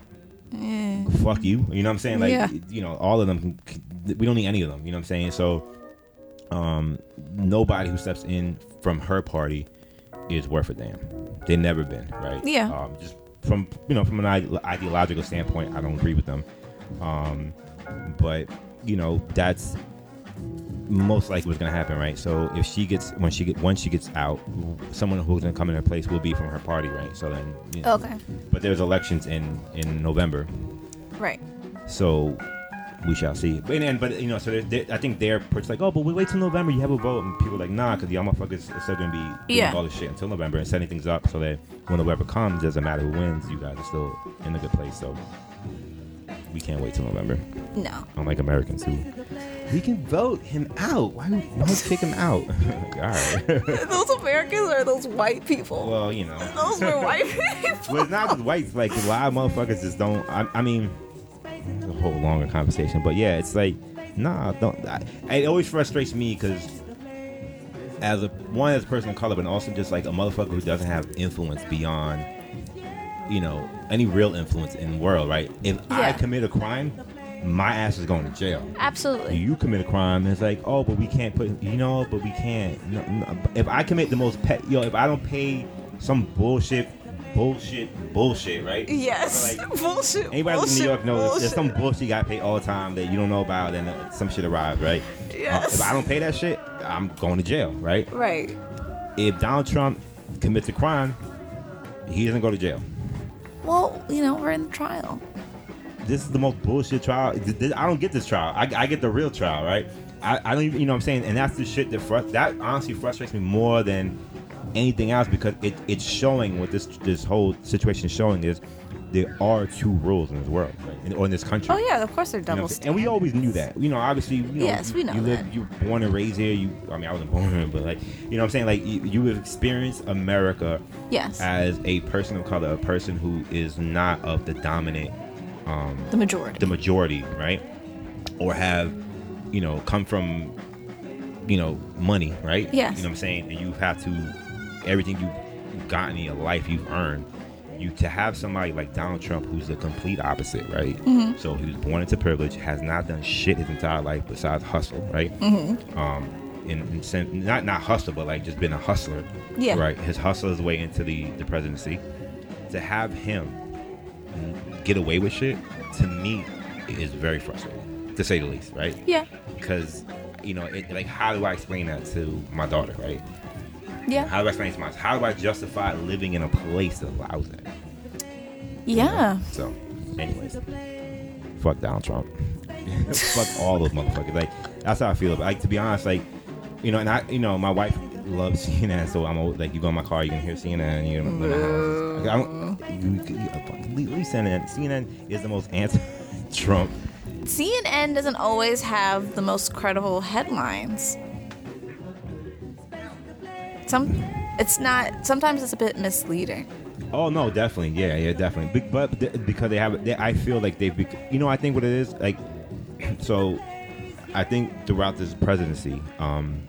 Speaker 2: fuck you. You know what I'm saying? Like
Speaker 1: Yeah.
Speaker 2: you know, all of them. can- We don't need any of them. You know what I'm saying? So, um, nobody who steps in from her party is worth a damn. They never been right.
Speaker 1: Yeah.
Speaker 2: Um, just from you know from an ide- ideological standpoint, I don't agree with them. Um, but you know that's most likely what's gonna happen, right? So if she gets when she get once she gets out, someone who's gonna come in her place will be from her party, right? So then, you know,
Speaker 1: Okay.
Speaker 2: But there's elections in in November,
Speaker 1: Right.
Speaker 2: so we shall see. But and, but you know, so there- there- I think they're pretty like, oh, but we wait till November. You have a vote, and people are like, nah, because the motherfuckers are still gonna be doing
Speaker 1: Yeah.
Speaker 2: all this shit until November and setting things up so that when November comes, doesn't matter who wins, you guys are still in a good place. So we can't wait till November.
Speaker 1: No.
Speaker 2: Unlike Americans who we can vote him out. Why why kick him out? all right.
Speaker 1: those Americans are those white people.
Speaker 2: well, you know.
Speaker 1: those were white people.
Speaker 2: Well, it's not just whites. Like a lot of motherfuckers just don't. I, I mean, it's a whole longer conversation, but yeah, it's like, nah, don't. I, it always frustrates me because as a one as a person of color, but also just like a motherfucker who doesn't have influence beyond, you know, any real influence in the world, right? If I
Speaker 1: Yeah.
Speaker 2: commit a crime, my ass is going to jail
Speaker 1: Absolutely.
Speaker 2: you commit a crime, it's like, oh, but we can't put, you know, but we can't. No, no, if I commit the most pet, yo, if I don't pay some bullshit, bullshit, bullshit, right?
Speaker 1: Yes.
Speaker 2: Like,
Speaker 1: bullshit.
Speaker 2: Anybody who's in New
Speaker 1: bullshit,
Speaker 2: York knows there's some
Speaker 1: bullshit.
Speaker 2: bullshit you gotta pay all the time that you don't know about, and uh, some shit arrived, right? Uh,
Speaker 1: Yes.
Speaker 2: if I don't pay that shit, I'm going to jail, right?
Speaker 1: Right.
Speaker 2: If Donald Trump commits a crime, he doesn't go to jail.
Speaker 1: Well, you know, we're in the trial.
Speaker 2: this is the most bullshit trial. Th- th- I don't get this trial. I, I get the real trial, right? I, I don't even, you know what I'm saying? And that's the shit that frust- that honestly frustrates me more than anything else because it, it's showing what this this whole situation is showing is there are two rules in this world, right? In, or in this country.
Speaker 1: Oh yeah, of course they're
Speaker 2: You know
Speaker 1: double
Speaker 2: what I'm saying? and we always knew that. You know, obviously, you know,
Speaker 1: Yes, we know
Speaker 2: you
Speaker 1: that.
Speaker 2: you were born and raised here. You, I mean, I wasn't born here, but like, you know, what I'm saying, like, you, you experienced America
Speaker 1: Yes.
Speaker 2: as a person of color, a person who is not of the dominant
Speaker 1: the majority.
Speaker 2: the majority, right? Or have, you know, come from, you know, money, right?
Speaker 1: Yes.
Speaker 2: You know what I'm saying? And you have to, everything you've gotten in your life, you've earned. You to have somebody like Donald Trump, who's the complete opposite, right?
Speaker 1: Mm-hmm.
Speaker 2: So he was born into privilege, has not done shit his entire life besides hustle, right? Mm-hmm. Um, in, in sen- not not hustle, but like just been a hustler,
Speaker 1: Yeah.
Speaker 2: right? His hustle his way into the the presidency. To have him get away with shit to me is very frustrating to say the least right
Speaker 1: yeah.
Speaker 2: because you know it, like how do i explain that to my daughter right
Speaker 1: Yeah.
Speaker 2: how do i explain it to my how do i justify living in a place that allows that
Speaker 1: Yeah.
Speaker 2: so anyways fuck donald trump fuck all those motherfuckers like that's how i feel about like to be honest like you know and i you know my wife loves cnn so i'm always, like you go in my car you can hear cnn and you know like, I don't, you, you, you, leave cnn cnn is the most anti-trump
Speaker 1: CNN doesn't always have the most credible headlines. Some, it's not. Sometimes it's a bit misleading.
Speaker 2: Oh no, definitely, yeah, yeah, definitely. Be- But th- because they have, they, I feel like they've, bec- you know, I think what it is, like, so, I think throughout this presidency, um,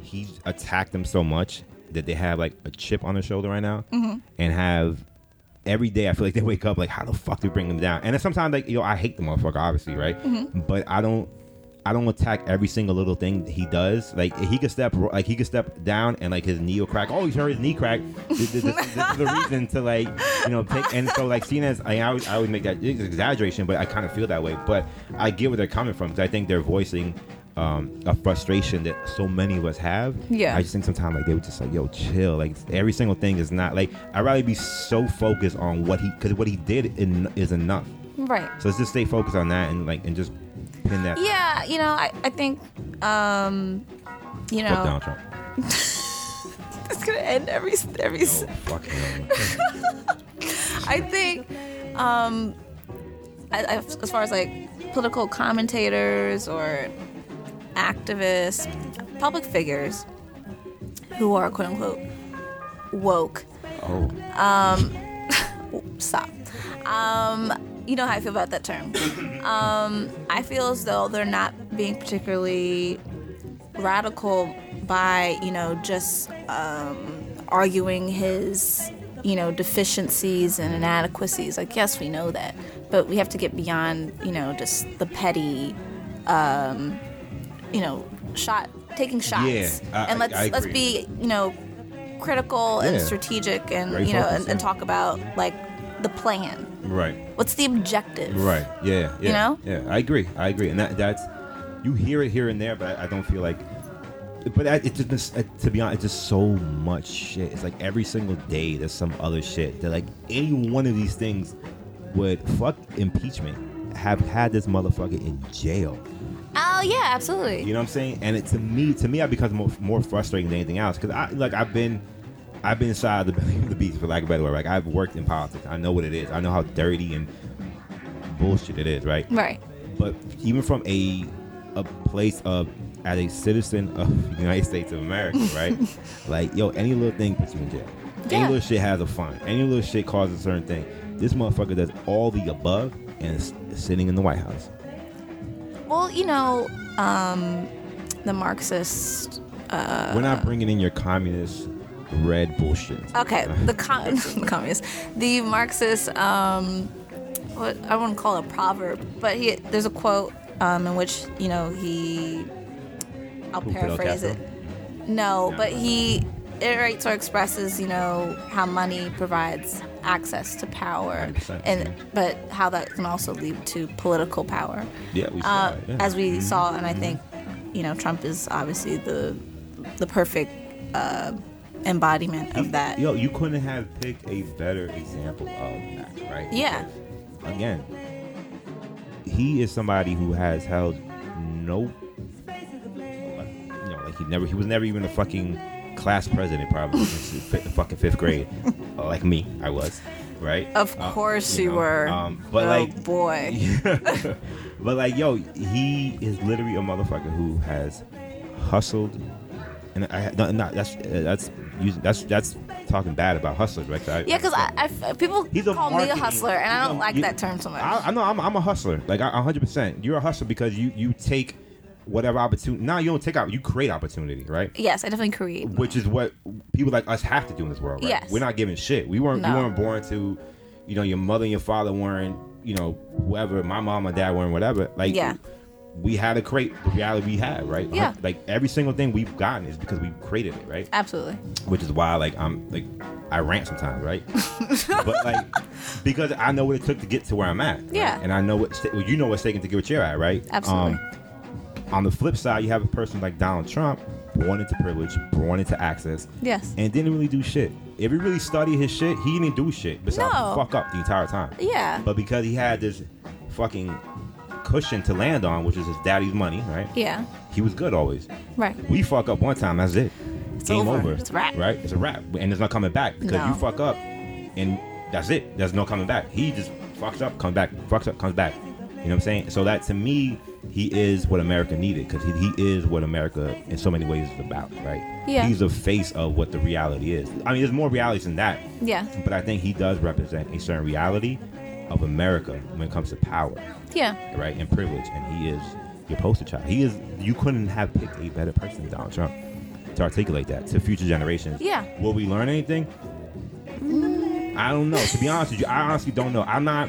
Speaker 2: he's attacked them so much that they have like a chip on their shoulder right now, and have every day I feel like they wake up like, how the fuck do we bring them down? And then sometimes like, yo, I hate the motherfucker, obviously, right? But I don't. I don't attack every single little thing he does. Like he could step, like he could step down and like his knee will crack. Oh, he's hurt his knee crack. This, this- this- this is the reason to like, you know, take. And so like, seeing as I, I, always, I always make that it's an exaggeration, but I kind of feel that way. But I get where they're coming from because I think they're voicing um, a frustration that so many of us have.
Speaker 1: Yeah.
Speaker 2: I just think sometimes like they were just like, yo, chill. Like every single thing is not like I'd rather be so focused on what he because what he did in, is enough.
Speaker 1: Right.
Speaker 2: So let's just stay focused on that and like and just pin that.
Speaker 1: Yeah. You know, I, I think, um, you
Speaker 2: Fuck
Speaker 1: know,
Speaker 2: Donald Trump.
Speaker 1: it's gonna end every every.
Speaker 2: Oh, fuck him.
Speaker 1: I think, um, I, I, as far as like political commentators or activists, public figures who are quote unquote woke,
Speaker 2: Oh,
Speaker 1: stop. Um, you know how I feel about that term. um, I feel as though they're not being particularly radical by, you know, just um, arguing his, you know, deficiencies and inadequacies. Like, yes, we know that, but we have to get beyond, you know, just the petty, um, you know, shot taking shots.
Speaker 2: Yeah, I-
Speaker 1: and
Speaker 2: I-
Speaker 1: let's
Speaker 2: I
Speaker 1: let's
Speaker 2: agree.
Speaker 1: be you know critical and
Speaker 2: Yeah.
Speaker 1: strategic and
Speaker 2: Right
Speaker 1: you know
Speaker 2: focus,
Speaker 1: and, and
Speaker 2: yeah.
Speaker 1: talk about like the plan.
Speaker 2: Right.
Speaker 1: What's the objective?
Speaker 2: Right. Yeah. Yeah.
Speaker 1: You know?
Speaker 2: Yeah. I agree. I agree. And that, that's you hear it here and there, but I, I don't feel like. But I, it just uh, to be honest, it's just so much shit. It's like every single day there's some other shit that like any one of these things would fuck impeachment have had this motherfucker in jail.
Speaker 1: Oh yeah, absolutely.
Speaker 2: You know what I'm saying? And it, to me, to me, I becomes more, more frustrating than anything else because I like I've been, I've been inside the, the beats for lack of a better word. Like I've worked in politics. I know what it is. I know how dirty and bullshit it is. Right.
Speaker 1: Right.
Speaker 2: But even from a a place of as a citizen of the United States of America, right? like yo, any little thing puts you in jail. Any
Speaker 1: Yeah.
Speaker 2: little shit has a fine. Any little shit causes a certain thing. This motherfucker does all the above and is sitting in the White House.
Speaker 1: Well, you know, um, the Marxist.
Speaker 2: We're
Speaker 1: Uh.
Speaker 2: not bringing in your communist red bullshit.
Speaker 1: Okay, the, com- the communist, the Marxist. Um, what I wouldn't call it a proverb, but he, there's a quote um, in which you know he. I'll
Speaker 2: Who, Fidel
Speaker 1: paraphrase it.
Speaker 2: Castro?
Speaker 1: No,
Speaker 2: No.
Speaker 1: but he iterates or expresses, you know, how money provides access to power,
Speaker 2: 100%,
Speaker 1: and
Speaker 2: yeah.
Speaker 1: but how that can also lead to political power.
Speaker 2: Yeah, we saw
Speaker 1: uh,
Speaker 2: it, yeah. Mm-hmm.
Speaker 1: as we saw, and I think you know Trump is obviously the the perfect uh, embodiment of that.
Speaker 2: Yo, you couldn't have picked a better example of that, right?
Speaker 1: Yeah.
Speaker 2: Because, Again, he is somebody who has held no, like, you know, like he never, he was never even a fucking class president probably since the fi- fucking fifth grade, Uh, like me, I was, right?
Speaker 1: Of
Speaker 2: Uh,
Speaker 1: course you, were.
Speaker 2: Um, but
Speaker 1: oh
Speaker 2: like,
Speaker 1: boy,
Speaker 2: but like, yo, he is literally a motherfucker who has hustled, and I no, not that's that's using that's that's talking bad about hustlers, right?
Speaker 1: yeah, because I, I f- people
Speaker 2: He's a
Speaker 1: call me a
Speaker 2: marketing-
Speaker 1: hustler, and I
Speaker 2: he's a-
Speaker 1: don't like
Speaker 2: you-
Speaker 1: that term so much.
Speaker 2: I, I know I'm, I'm a hustler, like I- 100%. You're a hustler because you you take whatever opportunity. Now you don't take out, you create opportunity, right?
Speaker 1: yes, I definitely create.
Speaker 2: Which is what people like us have to do in this world. Right?
Speaker 1: Yes.
Speaker 2: we're not giving shit. We weren't we
Speaker 1: No.
Speaker 2: weren't born to, you know, your mother and your father weren't, you know, whoever. My mom and dad weren't whatever. Like
Speaker 1: Yeah.
Speaker 2: We had to create the reality we had, right?
Speaker 1: Yeah.
Speaker 2: Like every single thing we've gotten is because we created it, right?
Speaker 1: Absolutely.
Speaker 2: which is why like I'm like I rant sometimes, right? but like because I know what it took to get to where I'm at. right?
Speaker 1: Yeah.
Speaker 2: And I know what sta- well, you know what's taken to get where you're at, right? Um,
Speaker 1: Absolutely.
Speaker 2: on the flip side, you have a person like Donald Trump, born into privilege, born into access.
Speaker 1: Yes.
Speaker 2: And didn't really do shit. If you really study his shit, he didn't do shit besides
Speaker 1: No.
Speaker 2: fuck up the entire time.
Speaker 1: Yeah.
Speaker 2: But because he had this fucking cushion to land on, which is his daddy's money, right?
Speaker 1: yeah.
Speaker 2: He was good always
Speaker 1: Right.
Speaker 2: we fuck up one time, that's it.
Speaker 1: It's
Speaker 2: Game
Speaker 1: over.
Speaker 2: over.
Speaker 1: It's a wrap.
Speaker 2: Right? It's a wrap. And it's not coming back because
Speaker 1: No.
Speaker 2: you fuck up and that's it. There's no coming back. He just fucks up, comes back, fucks up, comes back. You know what I'm saying? So that to me, he is what America needed because he, he is what America in so many ways is about, right?
Speaker 1: Yeah.
Speaker 2: He's a face of what the reality is. I mean, there's more realities than that.
Speaker 1: Yeah.
Speaker 2: But I think he does represent a certain reality of America when it comes to power
Speaker 1: Yeah.
Speaker 2: right, and privilege, and he is your poster child. He is. You couldn't have picked a better person than Donald Trump to articulate that to future generations.
Speaker 1: Yeah.
Speaker 2: Will we learn anything? I don't know. To be honest with you, I honestly don't know. I'm not.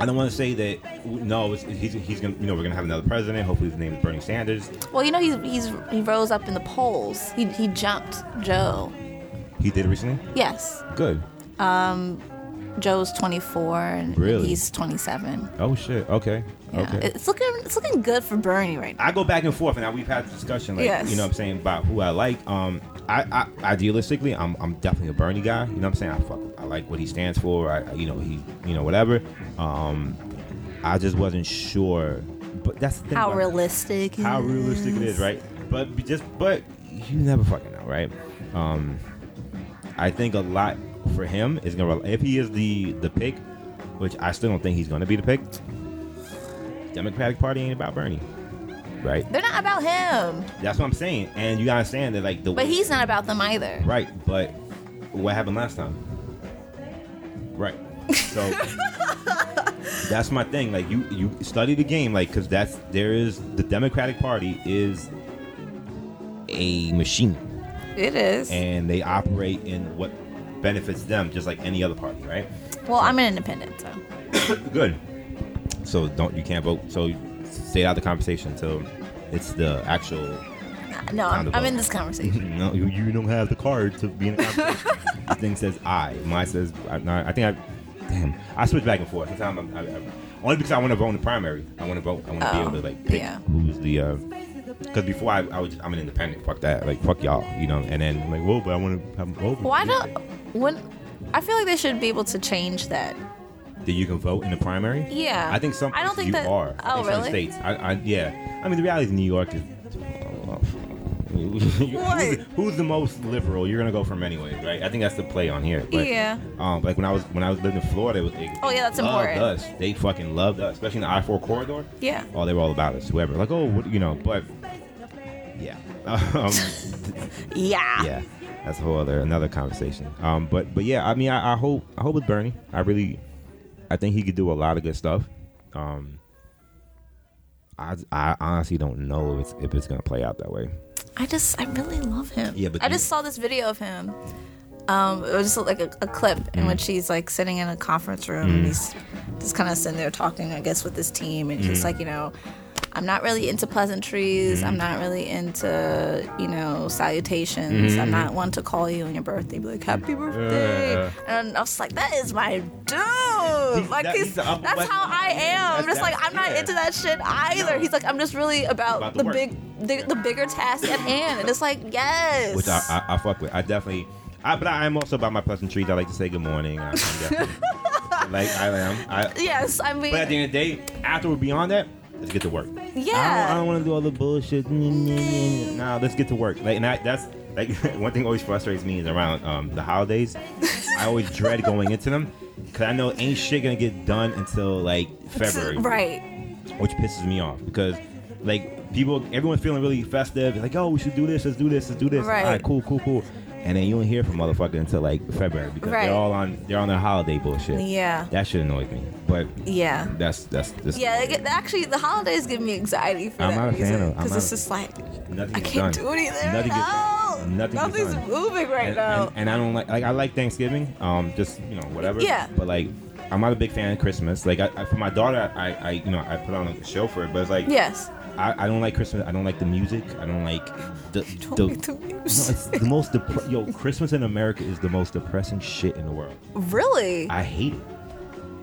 Speaker 2: I don't want to say that. w- No, it's, he's he's gonna. You know, we're gonna have another president. Hopefully, his name is Bernie Sanders.
Speaker 1: Well, you know he's he's he rose up in the polls. He he jumped Joe.
Speaker 2: He did recently.
Speaker 1: Yes.
Speaker 2: Good.
Speaker 1: Joe's 24 and
Speaker 2: Really?
Speaker 1: he's 27.
Speaker 2: Oh shit. Okay.
Speaker 1: Yeah.
Speaker 2: Okay.
Speaker 1: It's looking it's looking good for Bernie right now.
Speaker 2: I go back and forth, and I, we've had this discussion, like
Speaker 1: Yes.
Speaker 2: you know, what I'm saying about who I like. Um, I, I idealistically, I'm, I'm definitely a Bernie guy. You know, what I'm saying I fuck, I like what he stands for. I, you know, he, you know, whatever. Um, I just wasn't sure, but that's the thing
Speaker 1: How
Speaker 2: about-
Speaker 1: realistic?
Speaker 2: how realistic it is, right? But be- just, but you never fucking know, right? Um, I think a lot for him is gonna rel- if he is the the pick, which I still don't think he's gonna be the pick. Democratic Party ain't about Bernie, right?
Speaker 1: They're not about him,
Speaker 2: That's what I'm saying, and you gotta understand that like the
Speaker 1: but he's not about them either.
Speaker 2: right, but what happened last time? Right. So that's my thing. Like you, you study the game, like because that's there is the Democratic Party is a machine,
Speaker 1: It is.
Speaker 2: and they operate in what benefits them, just like any other party, right?
Speaker 1: well, I'm an independent, so
Speaker 2: Good. So don't you can't vote. So stay out of the conversation until It's the actual.
Speaker 1: No, I'm,
Speaker 2: Round of
Speaker 1: I'm in
Speaker 2: applause.
Speaker 1: this conversation.
Speaker 2: no, you, you don't have the card to be in a conversation. this thing says I. Mine says I. no, I think I. Damn, I switch back and forth. Sometimes I'm, I, I, only because I want to vote in the primary. I want to vote. I want to be
Speaker 1: Oh,
Speaker 2: able to like pick
Speaker 1: yeah.
Speaker 2: who's the. uh because before I, I was just, I'm an independent. Fuck that. Like fuck y'all. You know. And then I'm like, whoa, but I want to have vote.
Speaker 1: Why don't when I feel like they should be able to change that.
Speaker 2: that you can vote in the primary?
Speaker 1: Yeah.
Speaker 2: I think some.
Speaker 1: I don't
Speaker 2: places
Speaker 1: think that-
Speaker 2: you are. I
Speaker 1: oh,
Speaker 2: think Some
Speaker 1: really?
Speaker 2: states. I, I, yeah. I mean, the reality is New York is. who's,
Speaker 1: What?
Speaker 2: who's the most liberal? You're gonna go from anyways, right? I think that's the play on here. But,
Speaker 1: Yeah.
Speaker 2: Um, like when I was when I was living in Florida, it was, they
Speaker 1: Oh, yeah, that's
Speaker 2: loved
Speaker 1: important.
Speaker 2: Us, they fucking loved us, especially in the I four corridor.
Speaker 1: Yeah.
Speaker 2: Oh, they were all about us. Whoever, like, oh, what, you know, but yeah, um,
Speaker 1: Yeah.
Speaker 2: yeah, that's a whole other another conversation. Um, but but yeah, I mean, I, I hope I hope with Bernie, I really, I think he could do a lot of good stuff. Um, I I honestly don't know if it's if it's gonna play out that way.
Speaker 1: I just I really love him.
Speaker 2: Yeah, but
Speaker 1: I
Speaker 2: you-
Speaker 1: just saw this video of him. Um, it was just like a, a clip
Speaker 2: Mm.
Speaker 1: in which he's like sitting in a conference room and he's just kind of sitting there talking, I guess, with his team, and
Speaker 2: Mm.
Speaker 1: he's like, you know, I'm not really into pleasantries.
Speaker 2: Mm-hmm.
Speaker 1: I'm not really into you know salutations. I'm not one to call you on your birthday, be like happy birthday,
Speaker 2: Mm-hmm. Yeah.
Speaker 1: and I was like, that is my dude. like
Speaker 2: that-
Speaker 1: he's,
Speaker 2: he's the upper
Speaker 1: that's
Speaker 2: west-
Speaker 1: how I am.
Speaker 2: That's-
Speaker 1: just like
Speaker 2: that's-
Speaker 1: I'm not
Speaker 2: yeah.
Speaker 1: into that shit either.
Speaker 2: No.
Speaker 1: He's like, I'm just really about,
Speaker 2: About the
Speaker 1: the,
Speaker 2: work.
Speaker 1: big the, the bigger task at hand. And it's like, yes.
Speaker 2: which I, I, I fuck with. I definitely, I, but I am also about my pleasant trees. I like to say good morning. I, I'm definitely- like I am. I,
Speaker 1: yes, I mean,
Speaker 2: but at the end of the day, after we're beyond that, let's get to work. I
Speaker 1: yeah.
Speaker 2: don't, I don't want to do all the bullshit. Nah, let's get to work. Like, and I, that's like one thing always frustrates me is around um, the holidays. I always dread going into them because I know ain't shit gonna get done until like February
Speaker 1: Right.
Speaker 2: which pisses me off because like people everyone's feeling really festive like oh we should do this let's do this let's do this
Speaker 1: Right.
Speaker 2: all right cool cool cool and then you don't hear from motherfucker until like february because
Speaker 1: Right.
Speaker 2: they're all on they're on their holiday bullshit
Speaker 1: Yeah.
Speaker 2: that should annoy me but
Speaker 1: Yeah.
Speaker 2: that's that's that's
Speaker 1: Yeah, they get, actually, the holidays give me anxiety for
Speaker 2: I'm
Speaker 1: that
Speaker 2: not a fan
Speaker 1: reason.
Speaker 2: of- I'm
Speaker 1: Because
Speaker 2: not
Speaker 1: it's
Speaker 2: a-
Speaker 1: just like,
Speaker 2: nothing
Speaker 1: I
Speaker 2: gets
Speaker 1: can't
Speaker 2: done.
Speaker 1: do anything.
Speaker 2: nothing gets,
Speaker 1: no.
Speaker 2: nothing gets
Speaker 1: Nothing's
Speaker 2: done.
Speaker 1: moving right
Speaker 2: and,
Speaker 1: now.
Speaker 2: and- and I don't like like I like Thanksgiving. Um, just you know whatever.
Speaker 1: Yeah.
Speaker 2: But like, I'm not a big fan of Christmas. Like, I, I for my daughter, I, I you know I put on a show for it, but it's like
Speaker 1: yes.
Speaker 2: I, I don't like Christmas. I don't like the music. I don't like the
Speaker 1: Don't
Speaker 2: the,
Speaker 1: make the
Speaker 2: No,
Speaker 1: music.
Speaker 2: it's the most depre- yo. Christmas in America is the most depressing shit in the world.
Speaker 1: really?
Speaker 2: I hate it.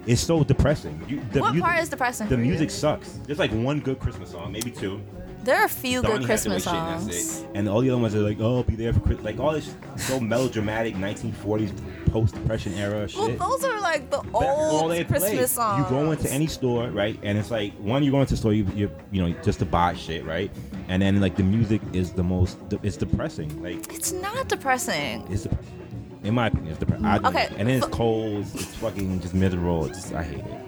Speaker 2: It's so depressing. You, the
Speaker 1: What part is depressing
Speaker 2: The
Speaker 1: for you?
Speaker 2: music sucks. There's like one good Christmas song, maybe two.
Speaker 1: there are a few
Speaker 2: Donny
Speaker 1: good
Speaker 2: Hathaway
Speaker 1: Christmas
Speaker 2: shit, and that's
Speaker 1: songs.
Speaker 2: it. And all the other ones are like, oh, be there for Christmas. Like all this so melodramatic 1940s post-depression era shit.
Speaker 1: Well, those are like the old
Speaker 2: That's all they play.
Speaker 1: Christmas songs.
Speaker 2: You go into any store, right? And it's like one, you go into the store, you you you know just to buy shit, right? And then like the music is the most, it's depressing. Like
Speaker 1: It's not depressing.
Speaker 2: it's depressing. In my opinion, it's depressing.
Speaker 1: Okay.
Speaker 2: And then it's cold. It's, it's fucking just miserable. It's just, I hate it.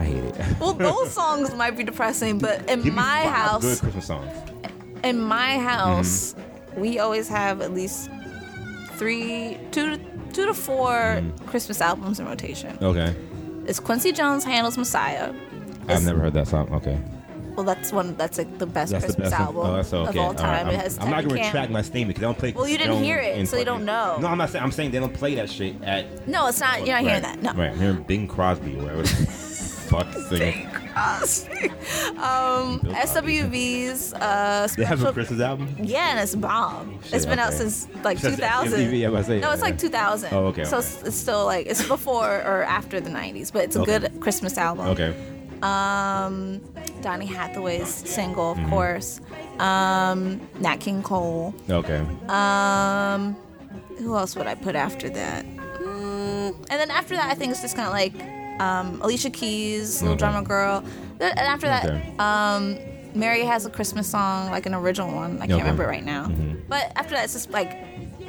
Speaker 2: I hate it.
Speaker 1: Well, those songs might be depressing, but in
Speaker 2: Give me
Speaker 1: my
Speaker 2: five
Speaker 1: house,
Speaker 2: Good Christmas songs.
Speaker 1: in my
Speaker 2: Mm-hmm.
Speaker 1: house, we always have at least three, two, two to 4
Speaker 2: Mm.
Speaker 1: Christmas albums in rotation.
Speaker 2: Okay.
Speaker 1: It's Quincy Jones handles Messiah. It's-
Speaker 2: I've never heard that song. Okay.
Speaker 1: Well, that's one. That's like the best
Speaker 2: That's the
Speaker 1: Christmas
Speaker 2: best.
Speaker 1: album
Speaker 2: oh, that's okay.
Speaker 1: of all time.
Speaker 2: right.
Speaker 1: it has
Speaker 2: I'm, I'm not
Speaker 1: Teddy
Speaker 2: gonna
Speaker 1: Cam-
Speaker 2: retract my statement because I don't play.
Speaker 1: Well, you didn't
Speaker 2: don't
Speaker 1: hear it,
Speaker 2: in
Speaker 1: so you don't
Speaker 2: fucking-
Speaker 1: know.
Speaker 2: No, I'm not saying. I'm saying they don't play that shit at
Speaker 1: No, it's not. You're not hearing
Speaker 2: Right,
Speaker 1: that. No.
Speaker 2: Right, I'm hearing Bing Crosby or whatever. the Fuck singing.
Speaker 1: Crosby. Um,
Speaker 2: Bill Cosby.
Speaker 1: SWV's uh,
Speaker 2: They have
Speaker 1: special.
Speaker 2: a Christmas album?
Speaker 1: Yeah, and it's bomb.
Speaker 2: Shit,
Speaker 1: it's been out
Speaker 2: okay.
Speaker 1: since like
Speaker 2: Since
Speaker 1: 2000.
Speaker 2: MTV, yeah, I was gonna say,
Speaker 1: no, it's
Speaker 2: yeah.
Speaker 1: like 2000.
Speaker 2: Oh, okay,
Speaker 1: So
Speaker 2: okay.
Speaker 1: It's, it's still like it's before or after the 90s, but it's a
Speaker 2: Okay.
Speaker 1: good Christmas album.
Speaker 2: Okay.
Speaker 1: Um, Donny Hathaway's single,
Speaker 2: Mm-hmm.
Speaker 1: of course. Um, Nat King Cole.
Speaker 2: Okay.
Speaker 1: Uh, Um, who else would I put after that? Mm, and then after that, I think it's just kind of like um, Alicia Keys, Little
Speaker 2: Okay.
Speaker 1: Drummer Girl. Then- And after that,
Speaker 2: Okay.
Speaker 1: um, Mary has a Christmas song, like an original one. I can't
Speaker 2: Okay. Mm-hmm.
Speaker 1: remember it right now. But after that, it's just like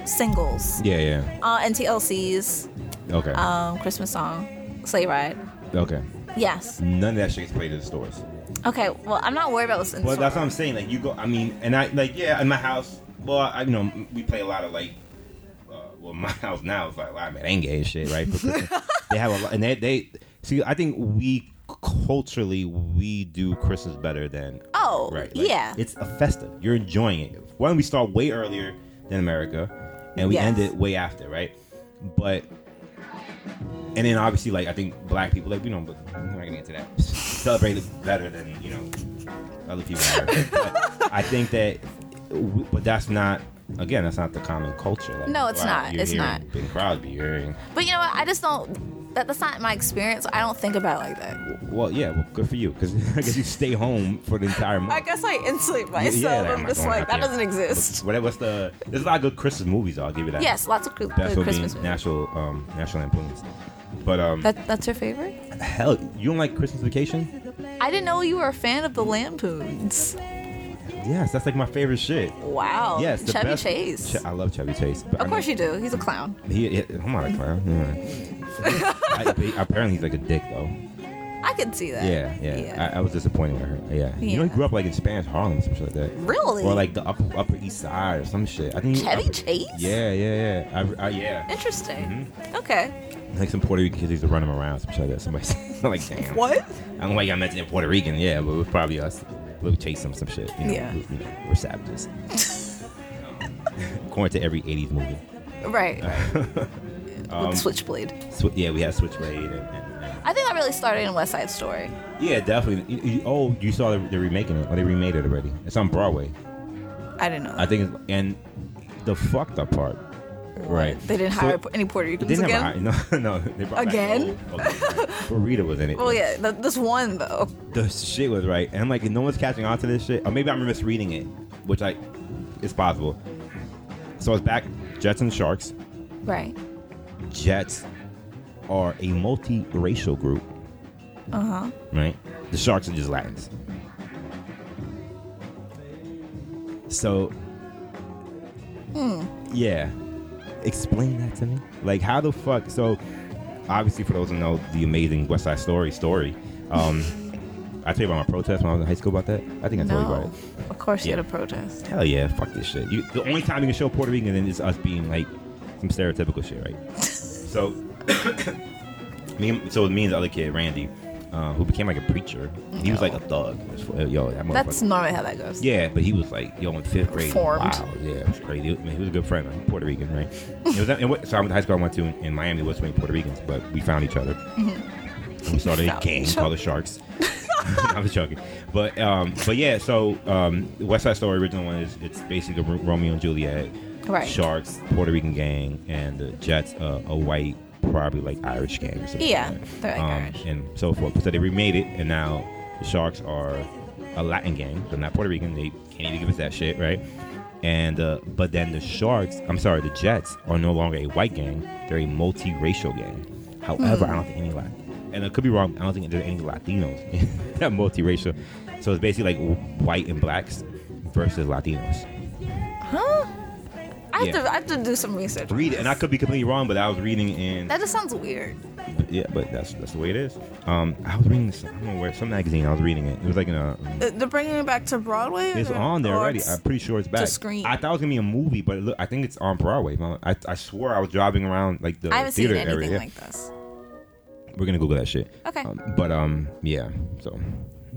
Speaker 1: singles
Speaker 2: Yeah, yeah.
Speaker 1: uh, and TLC's
Speaker 2: Okay.
Speaker 1: um, Christmas song, Sleigh Ride.
Speaker 2: okay.
Speaker 1: Yes.
Speaker 2: None of that shit gets played in the stores.
Speaker 1: Okay. Well, I'm not worried about what's in
Speaker 2: Well,
Speaker 1: the
Speaker 2: that's what
Speaker 1: store.
Speaker 2: I'm saying. Like, you go, I mean, and I, like, yeah, in my house, well, I, you know, we play a lot of, like, uh, well, my house now is like a lot of merengue and shit, right? For Christmas. they have a lot, and they, they, see, I think we, culturally, we do Christmas better than
Speaker 1: Oh,
Speaker 2: Right. like,
Speaker 1: yeah.
Speaker 2: It's a festive. You're enjoying it. Why don't we start way earlier than America and we
Speaker 1: Yes.
Speaker 2: end it way after, right? But and then obviously like I think black people like you know, but we're not gonna get into that. Celebrate it better than, you know, other people in America. But, I think that, but that's not. Again, that's not the common culture. Like,
Speaker 1: No, it's not.
Speaker 2: You're
Speaker 1: It's
Speaker 2: hearing
Speaker 1: not.
Speaker 2: Bing Crosby. You're hearing,
Speaker 1: But you know what? I just don't. That, that's not my experience. I don't think about it like that.
Speaker 2: well, yeah, well, good for you, because I guess you stay home for the entire month.
Speaker 1: I guess I insulate
Speaker 2: Yeah,
Speaker 1: myself.
Speaker 2: like,
Speaker 1: I'm
Speaker 2: not
Speaker 1: just
Speaker 2: going
Speaker 1: like
Speaker 2: out
Speaker 1: that
Speaker 2: there.
Speaker 1: doesn't exist.
Speaker 2: Whatever. What's the? There's a lot of good Christmas movies. I'll give you that.
Speaker 1: Yes, lots of good
Speaker 2: That's what
Speaker 1: Christmas.
Speaker 2: means national, um, national lampoons. But um,
Speaker 1: That, that's your favorite?
Speaker 2: hell, you don't like Christmas Vacation?
Speaker 1: I didn't know you were a fan of the Lampoons.
Speaker 2: Yes, that's like my favorite shit.
Speaker 1: Wow.
Speaker 2: Yes, the
Speaker 1: Oh, Chevy
Speaker 2: best-
Speaker 1: Chase.
Speaker 2: Che- I love Chevy Chase. But
Speaker 1: of course you do. He's a clown.
Speaker 2: He, he, I'm not a clown. yeah. I, apparently, he's like a dick though.
Speaker 1: I can see that.
Speaker 2: Yeah, yeah. I, I was disappointed with her. Yeah. You know,
Speaker 1: Yeah.
Speaker 2: he grew up like in Spanish Harlem, or some shit like that.
Speaker 1: Really?
Speaker 2: Or like the upper Upper East Side or some shit. I think. he-
Speaker 1: Chevy
Speaker 2: upper-
Speaker 1: Chase?
Speaker 2: Yeah, Mm-hmm. yeah, yeah. I, I, yeah.
Speaker 1: Interesting. Okay.
Speaker 2: Like some Puerto Rican kids used to run him around, some shit like that. Somebody, said- I'm like, damn.
Speaker 1: What?
Speaker 2: I don't know why y'all mentioned Puerto Rican. Yeah, but it was probably us. We'll chase them some shit. You know,
Speaker 1: Yeah.
Speaker 2: we, you know, we're savages. According to every '80s movie.
Speaker 1: Right.
Speaker 2: Um,
Speaker 1: With the switchblade.
Speaker 2: Sw- yeah, we had Switchblade and. and, and
Speaker 1: I think that really started in West Side Story.
Speaker 2: yeah, definitely. You- you- oh, you saw they're they're remaking it. Oh, they remade it already. It's on Broadway.
Speaker 1: I didn't know that.
Speaker 2: I think, it's, and the fucked up part, right?
Speaker 1: They didn't
Speaker 2: So-
Speaker 1: hire any Puerto
Speaker 2: They
Speaker 1: Ricans
Speaker 2: didn't
Speaker 1: again.
Speaker 2: have a hi- no, no. They brought back
Speaker 1: Again?
Speaker 2: the old- okay. Burrito was in it.
Speaker 1: well, yeah, th- this one though.
Speaker 2: The shit was right, and I'm like, no one's catching on to this shit, or maybe I'm misreading it, which like, it's possible. So it's back. Jets and Sharks.
Speaker 1: Right.
Speaker 2: Jets are a multiracial group.
Speaker 1: Uh huh.
Speaker 2: right? The sharks are just Latins. So, yeah, explain that to me. Like, how the fuck? So, obviously, for those who know the amazing West Side Story story, um, I tell you about my protest when I was in high school about that. I think I told you about
Speaker 1: No.
Speaker 2: it.
Speaker 1: Of course, you
Speaker 2: Yeah.
Speaker 1: had a protest.
Speaker 2: Hell yeah, fuck this shit. You, the only time you can show Puerto Rican is us being like some stereotypical shit, right? so, me, and- so me and the other kid, Randy, uh, who became like a preacher, he was
Speaker 1: No.
Speaker 2: like a thug. Yo, that
Speaker 1: That's
Speaker 2: motherfucker-
Speaker 1: normally how that goes.
Speaker 2: yeah, but he was like, yo, in fifth grade.
Speaker 1: Formed.
Speaker 2: Wow, yeah, it was crazy. I mean, he was a good friend, like, Puerto Rican, right? it was, and what, so I went to high school I went to in, in Miami was many Puerto Ricans, but we found each other. And we
Speaker 1: Mm-hmm.
Speaker 2: started a
Speaker 1: Found
Speaker 2: gang
Speaker 1: each
Speaker 2: called the Sharks. I was joking, but um, but yeah. So um, West Side Story original one is it's basically the Ro- Romeo and Juliet,
Speaker 1: Right.
Speaker 2: Sharks, Puerto Rican gang, and the Jets, uh, a white, probably like Irish gang or something.
Speaker 1: Yeah,
Speaker 2: like
Speaker 1: they're
Speaker 2: that.
Speaker 1: like Irish.
Speaker 2: Um, and so forth. So they remade it, and now the Sharks are a Latin gang. They're not Puerto Rican. They can't even give us that shit, right? And uh, but then the Sharks, I'm sorry, the Jets are no longer a white gang. They're a multiracial gang. However,
Speaker 1: Hmm.
Speaker 2: I don't think any Latin, and I could be wrong. I don't think there's any Latinos. that multiracial. So it's basically like w- white and blacks versus Latinos.
Speaker 1: Huh? I have
Speaker 2: Yeah.
Speaker 1: to. I have to do some research.
Speaker 2: Read it, and I could be completely wrong, but I was reading in
Speaker 1: That just sounds weird.
Speaker 2: yeah, but that's that's the way it is. Um, I was reading this. I don't know where some magazine. I was reading it. It was like in a.
Speaker 1: Uh, They're bringing it back to Broadway.
Speaker 2: It's
Speaker 1: or-
Speaker 2: on there
Speaker 1: or
Speaker 2: already.
Speaker 1: Mm-hmm. Oh, it's-
Speaker 2: I'm pretty sure it's back.
Speaker 1: screen.
Speaker 2: I thought it was gonna be a movie, but look, I think it's on Broadway. I, I swore I was driving around like the
Speaker 1: I haven't seen
Speaker 2: theater
Speaker 1: anything
Speaker 2: area.
Speaker 1: like this.
Speaker 2: We're gonna Google that shit.
Speaker 1: Okay.
Speaker 2: Um, but um, yeah. So.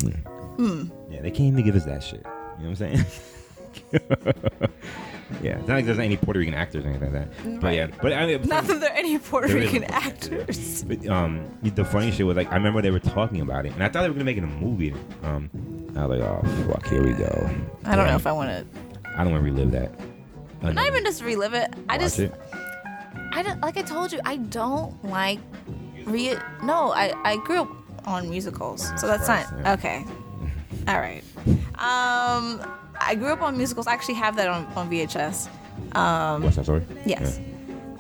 Speaker 2: yeah.
Speaker 1: Hmm.
Speaker 2: Yeah, they can't even give us that shit. You know what I'm saying? yeah, it's not like there's any Puerto Rican actors or anything like that. But
Speaker 1: Right.
Speaker 2: yeah, but I mean,
Speaker 1: Not that there are any Puerto
Speaker 2: There is
Speaker 1: Rican
Speaker 2: a-
Speaker 1: actors.
Speaker 2: But, um, the funny shit was like I remember they were talking about it, and I thought they were gonna make it a movie. Um, I was like, oh fuck, here we go.
Speaker 1: I don't know
Speaker 2: Damn.
Speaker 1: if I want to.
Speaker 2: I don't want to relive that. I
Speaker 1: Not even just relive it. I just.
Speaker 2: It.
Speaker 1: I don't like I told you I don't like re no I I grew up on musicals so that's not
Speaker 2: Christ, yeah.
Speaker 1: okay all right um I grew up on musicals I actually have that on, on VHS
Speaker 2: What's that story?
Speaker 1: yes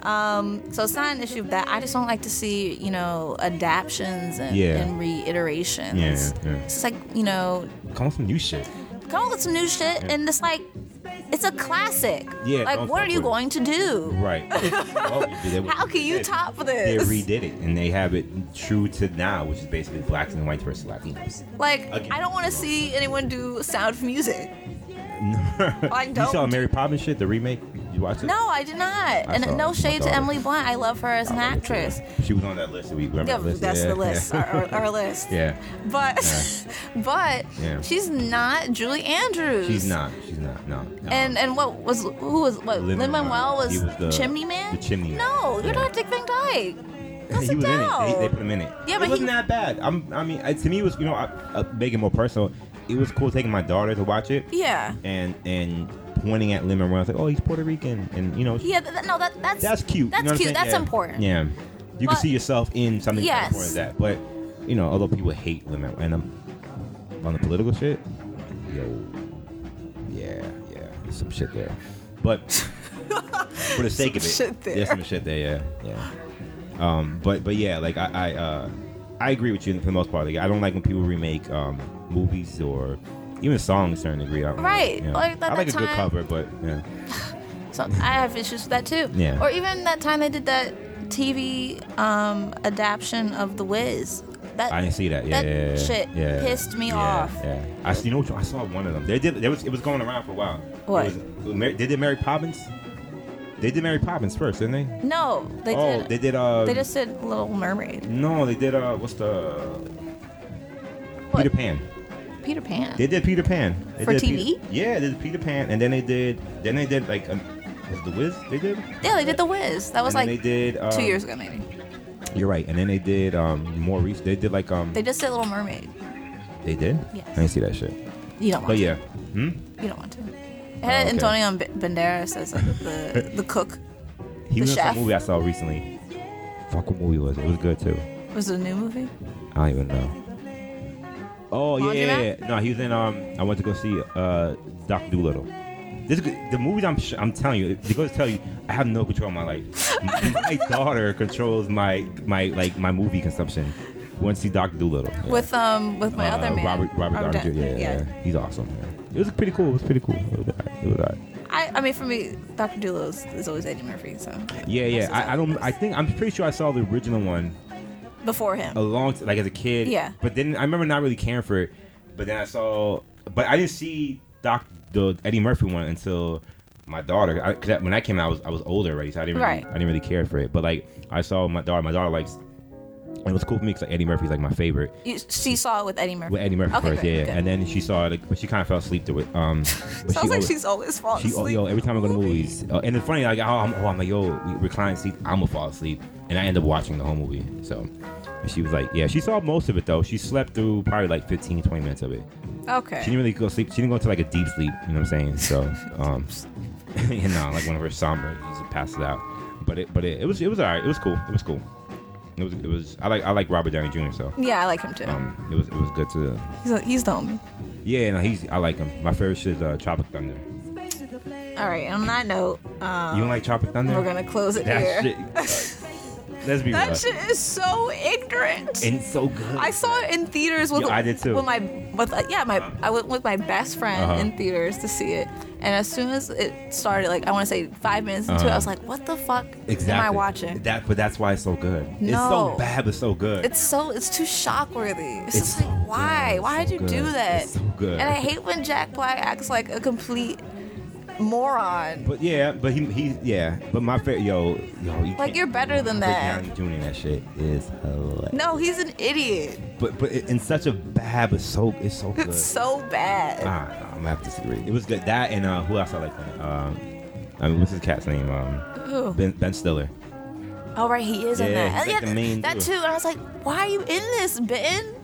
Speaker 1: um so it's not an issue of that I just don't like to see you know adaptions and,
Speaker 2: Yeah.
Speaker 1: and reiterations
Speaker 2: Yeah, yeah.
Speaker 1: it's just like you know
Speaker 2: Yeah. Come on, some new shit.
Speaker 1: come up with some new shit and it's like it's a classic
Speaker 2: Yeah,
Speaker 1: like
Speaker 2: don't
Speaker 1: what
Speaker 2: fuck
Speaker 1: are you
Speaker 2: with it.
Speaker 1: going to do
Speaker 2: Right. Oh, Well, they- they-
Speaker 1: how can you top
Speaker 2: They
Speaker 1: this
Speaker 2: redid it, and they have it true to now, which is basically blacks and whites versus Latinos.
Speaker 1: Like,
Speaker 2: Again.
Speaker 1: I don't want to see anyone do sound of music. I
Speaker 2: you
Speaker 1: don't-
Speaker 2: saw Mary Poppins shit, the remake. You watched it?
Speaker 1: No, I did not.
Speaker 2: I saw
Speaker 1: and no
Speaker 2: my
Speaker 1: shade to
Speaker 2: daughter.
Speaker 1: Emily Blunt. I love her as an
Speaker 2: Yeah.
Speaker 1: actress.
Speaker 2: She was on that list. that We remember
Speaker 1: Yeah,
Speaker 2: the list.
Speaker 1: that's
Speaker 2: yeah,
Speaker 1: the list,
Speaker 2: Yeah.
Speaker 1: our, our, our list.
Speaker 2: yeah.
Speaker 1: But, but
Speaker 2: Yeah.
Speaker 1: she's not Julie Andrews.
Speaker 2: She's not. She's not. No. no.
Speaker 1: And and what was who was what
Speaker 2: Lin-Manuel.
Speaker 1: Lin Manuel was,
Speaker 2: He was the-
Speaker 1: chimney man.
Speaker 2: the chimney man.
Speaker 1: No, you're
Speaker 2: Yeah.
Speaker 1: not Dick Van Dyke. That's
Speaker 2: he
Speaker 1: a
Speaker 2: was in it. They, they
Speaker 1: dope.
Speaker 2: put him in it.
Speaker 1: Yeah,
Speaker 2: it
Speaker 1: but
Speaker 2: wasn't
Speaker 1: he-
Speaker 2: that bad. I'm, I mean, uh, to me, it was you know, I, uh, make it more personal. It was cool taking my daughter to watch it
Speaker 1: Yeah.
Speaker 2: and and pointing at Lin Manuel. I was like, oh, he's Puerto Rican, and you know,
Speaker 1: Yeah, th- th- no, that, that's
Speaker 2: that's cute.
Speaker 1: That's
Speaker 2: you know what I'm
Speaker 1: cute.
Speaker 2: saying?
Speaker 1: That's
Speaker 2: Yeah.
Speaker 1: important.
Speaker 2: Yeah, you
Speaker 1: But-
Speaker 2: can see yourself in something
Speaker 1: Yes.
Speaker 2: as important as that. But you know, although people hate Lin Manuel, and I'm on the political shit, yo, yeah, yeah, there's some shit there. But for the sake of it,
Speaker 1: Some shit there.
Speaker 2: there's some shit there. Yeah, yeah. Um, but but yeah, like I I, uh, I agree with you for the most part. Like I don't like when people remake um, movies or. Even songs, to a certain degree. I don't
Speaker 1: Right.
Speaker 2: Like, yeah.
Speaker 1: Like, that-
Speaker 2: I like a
Speaker 1: that
Speaker 2: good
Speaker 1: time-
Speaker 2: cover, but yeah.
Speaker 1: So I have issues with that too.
Speaker 2: Yeah.
Speaker 1: Or even that time they did that TV um, adaptation of The Wiz. That
Speaker 2: I didn't see that. Yeah,
Speaker 1: that
Speaker 2: yeah, yeah,
Speaker 1: shit
Speaker 2: yeah.
Speaker 1: pissed me
Speaker 2: Yeah,
Speaker 1: off.
Speaker 2: Yeah, I see. You know, what, I saw one of them. They did. There was. It was going around for a while.
Speaker 1: What?
Speaker 2: It was, Mar- they did Mary Poppins. They did Mary Poppins first, didn't they?
Speaker 1: No, they
Speaker 2: oh,
Speaker 1: did.
Speaker 2: they
Speaker 1: They,
Speaker 2: did. Uh,
Speaker 1: just did Little Mermaid.
Speaker 2: No, they did. Uh, what's the
Speaker 1: What?
Speaker 2: Peter Pan?
Speaker 1: Peter Pan.
Speaker 2: They did Peter Pan They
Speaker 1: For
Speaker 2: did
Speaker 1: TV?
Speaker 2: Peter- yeah, they did Peter Pan, and then they did. Then they did like um, was the Wiz. They did.
Speaker 1: yeah, they did The Wiz. That was
Speaker 2: and then
Speaker 1: like
Speaker 2: they did um,
Speaker 1: two years ago, maybe.
Speaker 2: You're right. And then they did um more recent. They did like um.
Speaker 1: They
Speaker 2: They,
Speaker 1: just did Little Mermaid.
Speaker 2: did.
Speaker 1: Yes.
Speaker 2: I didn't see that shit.
Speaker 1: You don't want
Speaker 2: But
Speaker 1: to.
Speaker 2: yeah. Hmm.
Speaker 1: You don't want to. It had
Speaker 2: Oh, okay.
Speaker 1: Antonio B- Banderas as like, the the cook.
Speaker 2: He
Speaker 1: The
Speaker 2: was in
Speaker 1: chef.
Speaker 2: some movie I saw recently. Fuck, what movie was it? It was good too.
Speaker 1: Was it a new movie?
Speaker 2: I don't even know. Oh yeah, yeah,
Speaker 1: Laundromat?
Speaker 2: yeah. no, he was in. Um, I went to go see uh Doc Doolittle. This is good- the movies I'm sh- I'm telling you. It goes to tell you, I have no control of my life. my daughter controls my my like my movie consumption. Went to see Doc Doolittle yeah.
Speaker 1: With um with my other
Speaker 2: Uh,
Speaker 1: man.
Speaker 2: Robert Robert Downey Jr.
Speaker 1: Downey-
Speaker 2: Yeah, yeah, yeah. he's awesome. Yeah. It was pretty cool. It was pretty cool. It was alright. It was alright.
Speaker 1: I, I mean, for me, Dr. Doolittle is, is always Eddie Murphy. So
Speaker 2: Yeah, yeah.
Speaker 1: That's
Speaker 2: I, I don't. I think I'm pretty sure I saw the original one
Speaker 1: before him,
Speaker 2: a long t- like as a kid.
Speaker 1: Yeah.
Speaker 2: But then I remember not really caring for it. But then I saw, but I didn't see Doc the Eddie Murphy one until my daughter. I, 'cause that- when that came out, I was I was older already, so I didn't
Speaker 1: Right.
Speaker 2: really, I didn't really care for it. But like I saw my daughter. My daughter likes. And it was cool for me because like Eddie Murphy's like my favorite.
Speaker 1: you, she saw it with Eddie Murphy.
Speaker 2: With Eddie Murphy
Speaker 1: Okay,
Speaker 2: first,
Speaker 1: good,
Speaker 2: yeah,
Speaker 1: good.
Speaker 2: and then she saw it, like, but she kind of fell asleep to it. Um, but
Speaker 1: Sounds like
Speaker 2: always-
Speaker 1: she's always falling
Speaker 2: she, oh,
Speaker 1: asleep.
Speaker 2: yo, every time I go to movies, uh, and it's funny, like, oh, I'm, oh, I'm like, yo, we recline seat, I'm gonna fall asleep, and I end up watching the whole movie. So, and she was like, yeah, she saw most of it though. She slept through probably like 15, 20 minutes of it.
Speaker 1: okay.
Speaker 2: She didn't really go to sleep. She didn't go into like a deep sleep. You know what I'm saying? So, um, you know, like one of her somber, she just passes out. But it, but it, it was, it was alright. It was cool. It was cool. It was, it was. I like, I like Robert Downey Jr. So,
Speaker 1: yeah, I like him too.
Speaker 2: um, it was, it was good to.
Speaker 1: he's, a, he's the homie.
Speaker 2: Yeah, no, he's. I like him. My favorite shit is uh, Tropic Thunder.
Speaker 1: All right. On that note, um,
Speaker 2: You don't like Tropic Thunder?
Speaker 1: we're gonna close it
Speaker 2: That
Speaker 1: here.
Speaker 2: shit. Let's be real.
Speaker 1: That shit is so ignorant.
Speaker 2: And it's so good.
Speaker 1: I saw it in theaters with
Speaker 2: Yeah, I did too.
Speaker 1: with my with uh, yeah my I went with my best friend
Speaker 2: Uh-huh.
Speaker 1: in theaters to see it, and as soon as it started, like I want to say five minutes into it, I
Speaker 2: Uh-huh.
Speaker 1: was like, what the fuck
Speaker 2: exactly.
Speaker 1: am I watching?
Speaker 2: That, but that's why it's so good. It's
Speaker 1: No.
Speaker 2: so bad, but so good.
Speaker 1: It's so it's too shock worthy. It's,
Speaker 2: It's
Speaker 1: just
Speaker 2: so
Speaker 1: like why
Speaker 2: good.
Speaker 1: why
Speaker 2: It's
Speaker 1: did
Speaker 2: so
Speaker 1: you do
Speaker 2: good.
Speaker 1: that?
Speaker 2: It's so good.
Speaker 1: And I hate when Jack Black acts like a complete moron.
Speaker 2: but yeah, but he, he, yeah. But my favorite, yo, yo, you
Speaker 1: Like you're better than that.
Speaker 2: Doing that shit is hilarious.
Speaker 1: No, he's an idiot.
Speaker 2: But but it, in such a bad, but so it's so good.
Speaker 1: It's so bad.
Speaker 2: Ah, no, I'm gonna have to disagree. It was good. That and uh, who else I like? Um, I mean, what's his cat's name? Um,
Speaker 1: Ooh.
Speaker 2: Ben Ben Stiller.
Speaker 1: Oh right, he is in
Speaker 2: Yeah,
Speaker 1: that.
Speaker 2: he's like the main
Speaker 1: that
Speaker 2: dude.
Speaker 1: too. And I was like, why are you in this, Ben?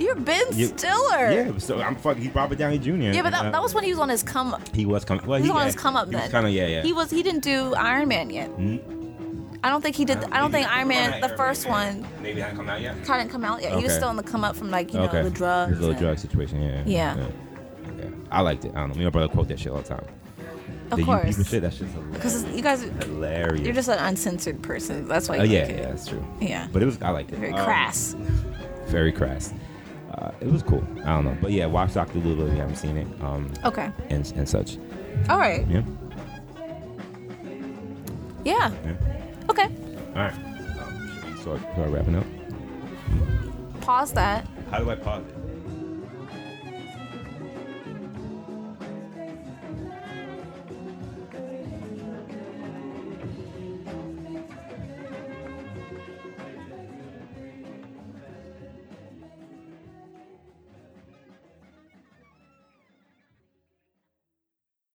Speaker 1: You're Ben
Speaker 2: You-
Speaker 1: Stiller.
Speaker 2: Yeah, so I'm fucking. He Robert Downey Jr.
Speaker 1: Yeah, but
Speaker 2: Uh,
Speaker 1: that, that was when he was on his come up.
Speaker 2: He was coming. Well,
Speaker 1: He was
Speaker 2: he,
Speaker 1: on
Speaker 2: yeah,
Speaker 1: his come up
Speaker 2: he
Speaker 1: then.
Speaker 2: was kind of yeah, yeah.
Speaker 1: He was he didn't do Iron Man yet.
Speaker 2: Mm,
Speaker 1: I don't think he did. I don't
Speaker 2: maybe
Speaker 1: think Iron Man
Speaker 2: Iron
Speaker 1: the first
Speaker 2: Man.
Speaker 1: one
Speaker 2: Maybe hadn't come out yet.
Speaker 1: hadn't come out yet. He was
Speaker 2: Okay.
Speaker 1: still on the come up from like you
Speaker 2: okay.
Speaker 1: know the drugs.
Speaker 2: His little
Speaker 1: and-
Speaker 2: drug situation. Yeah.
Speaker 1: Yeah.
Speaker 2: Yeah. I liked it. I don't know. Me and my brother quote that shit all the time.
Speaker 1: Of
Speaker 2: the You people
Speaker 1: course.
Speaker 2: shit. That shit's
Speaker 1: Because
Speaker 2: hilarious.
Speaker 1: you guys,
Speaker 2: hilarious.
Speaker 1: you're just an uncensored person. That's why. You
Speaker 2: Oh yeah,
Speaker 1: like it.
Speaker 2: yeah, that's true.
Speaker 1: Yeah.
Speaker 2: But it was. I liked it.
Speaker 1: Very
Speaker 2: Um,
Speaker 1: crass.
Speaker 2: Very crass. Uh, it was cool. I don't know, but yeah, watch Doctor Lulu if you haven't seen it, um,
Speaker 1: Okay.
Speaker 2: and and such.
Speaker 1: All right.
Speaker 2: Yeah.
Speaker 1: Yeah.
Speaker 2: Yeah.
Speaker 1: Okay.
Speaker 2: All right. Um, should we start, start wrapping up?
Speaker 1: Pause that.
Speaker 2: How do I pause it?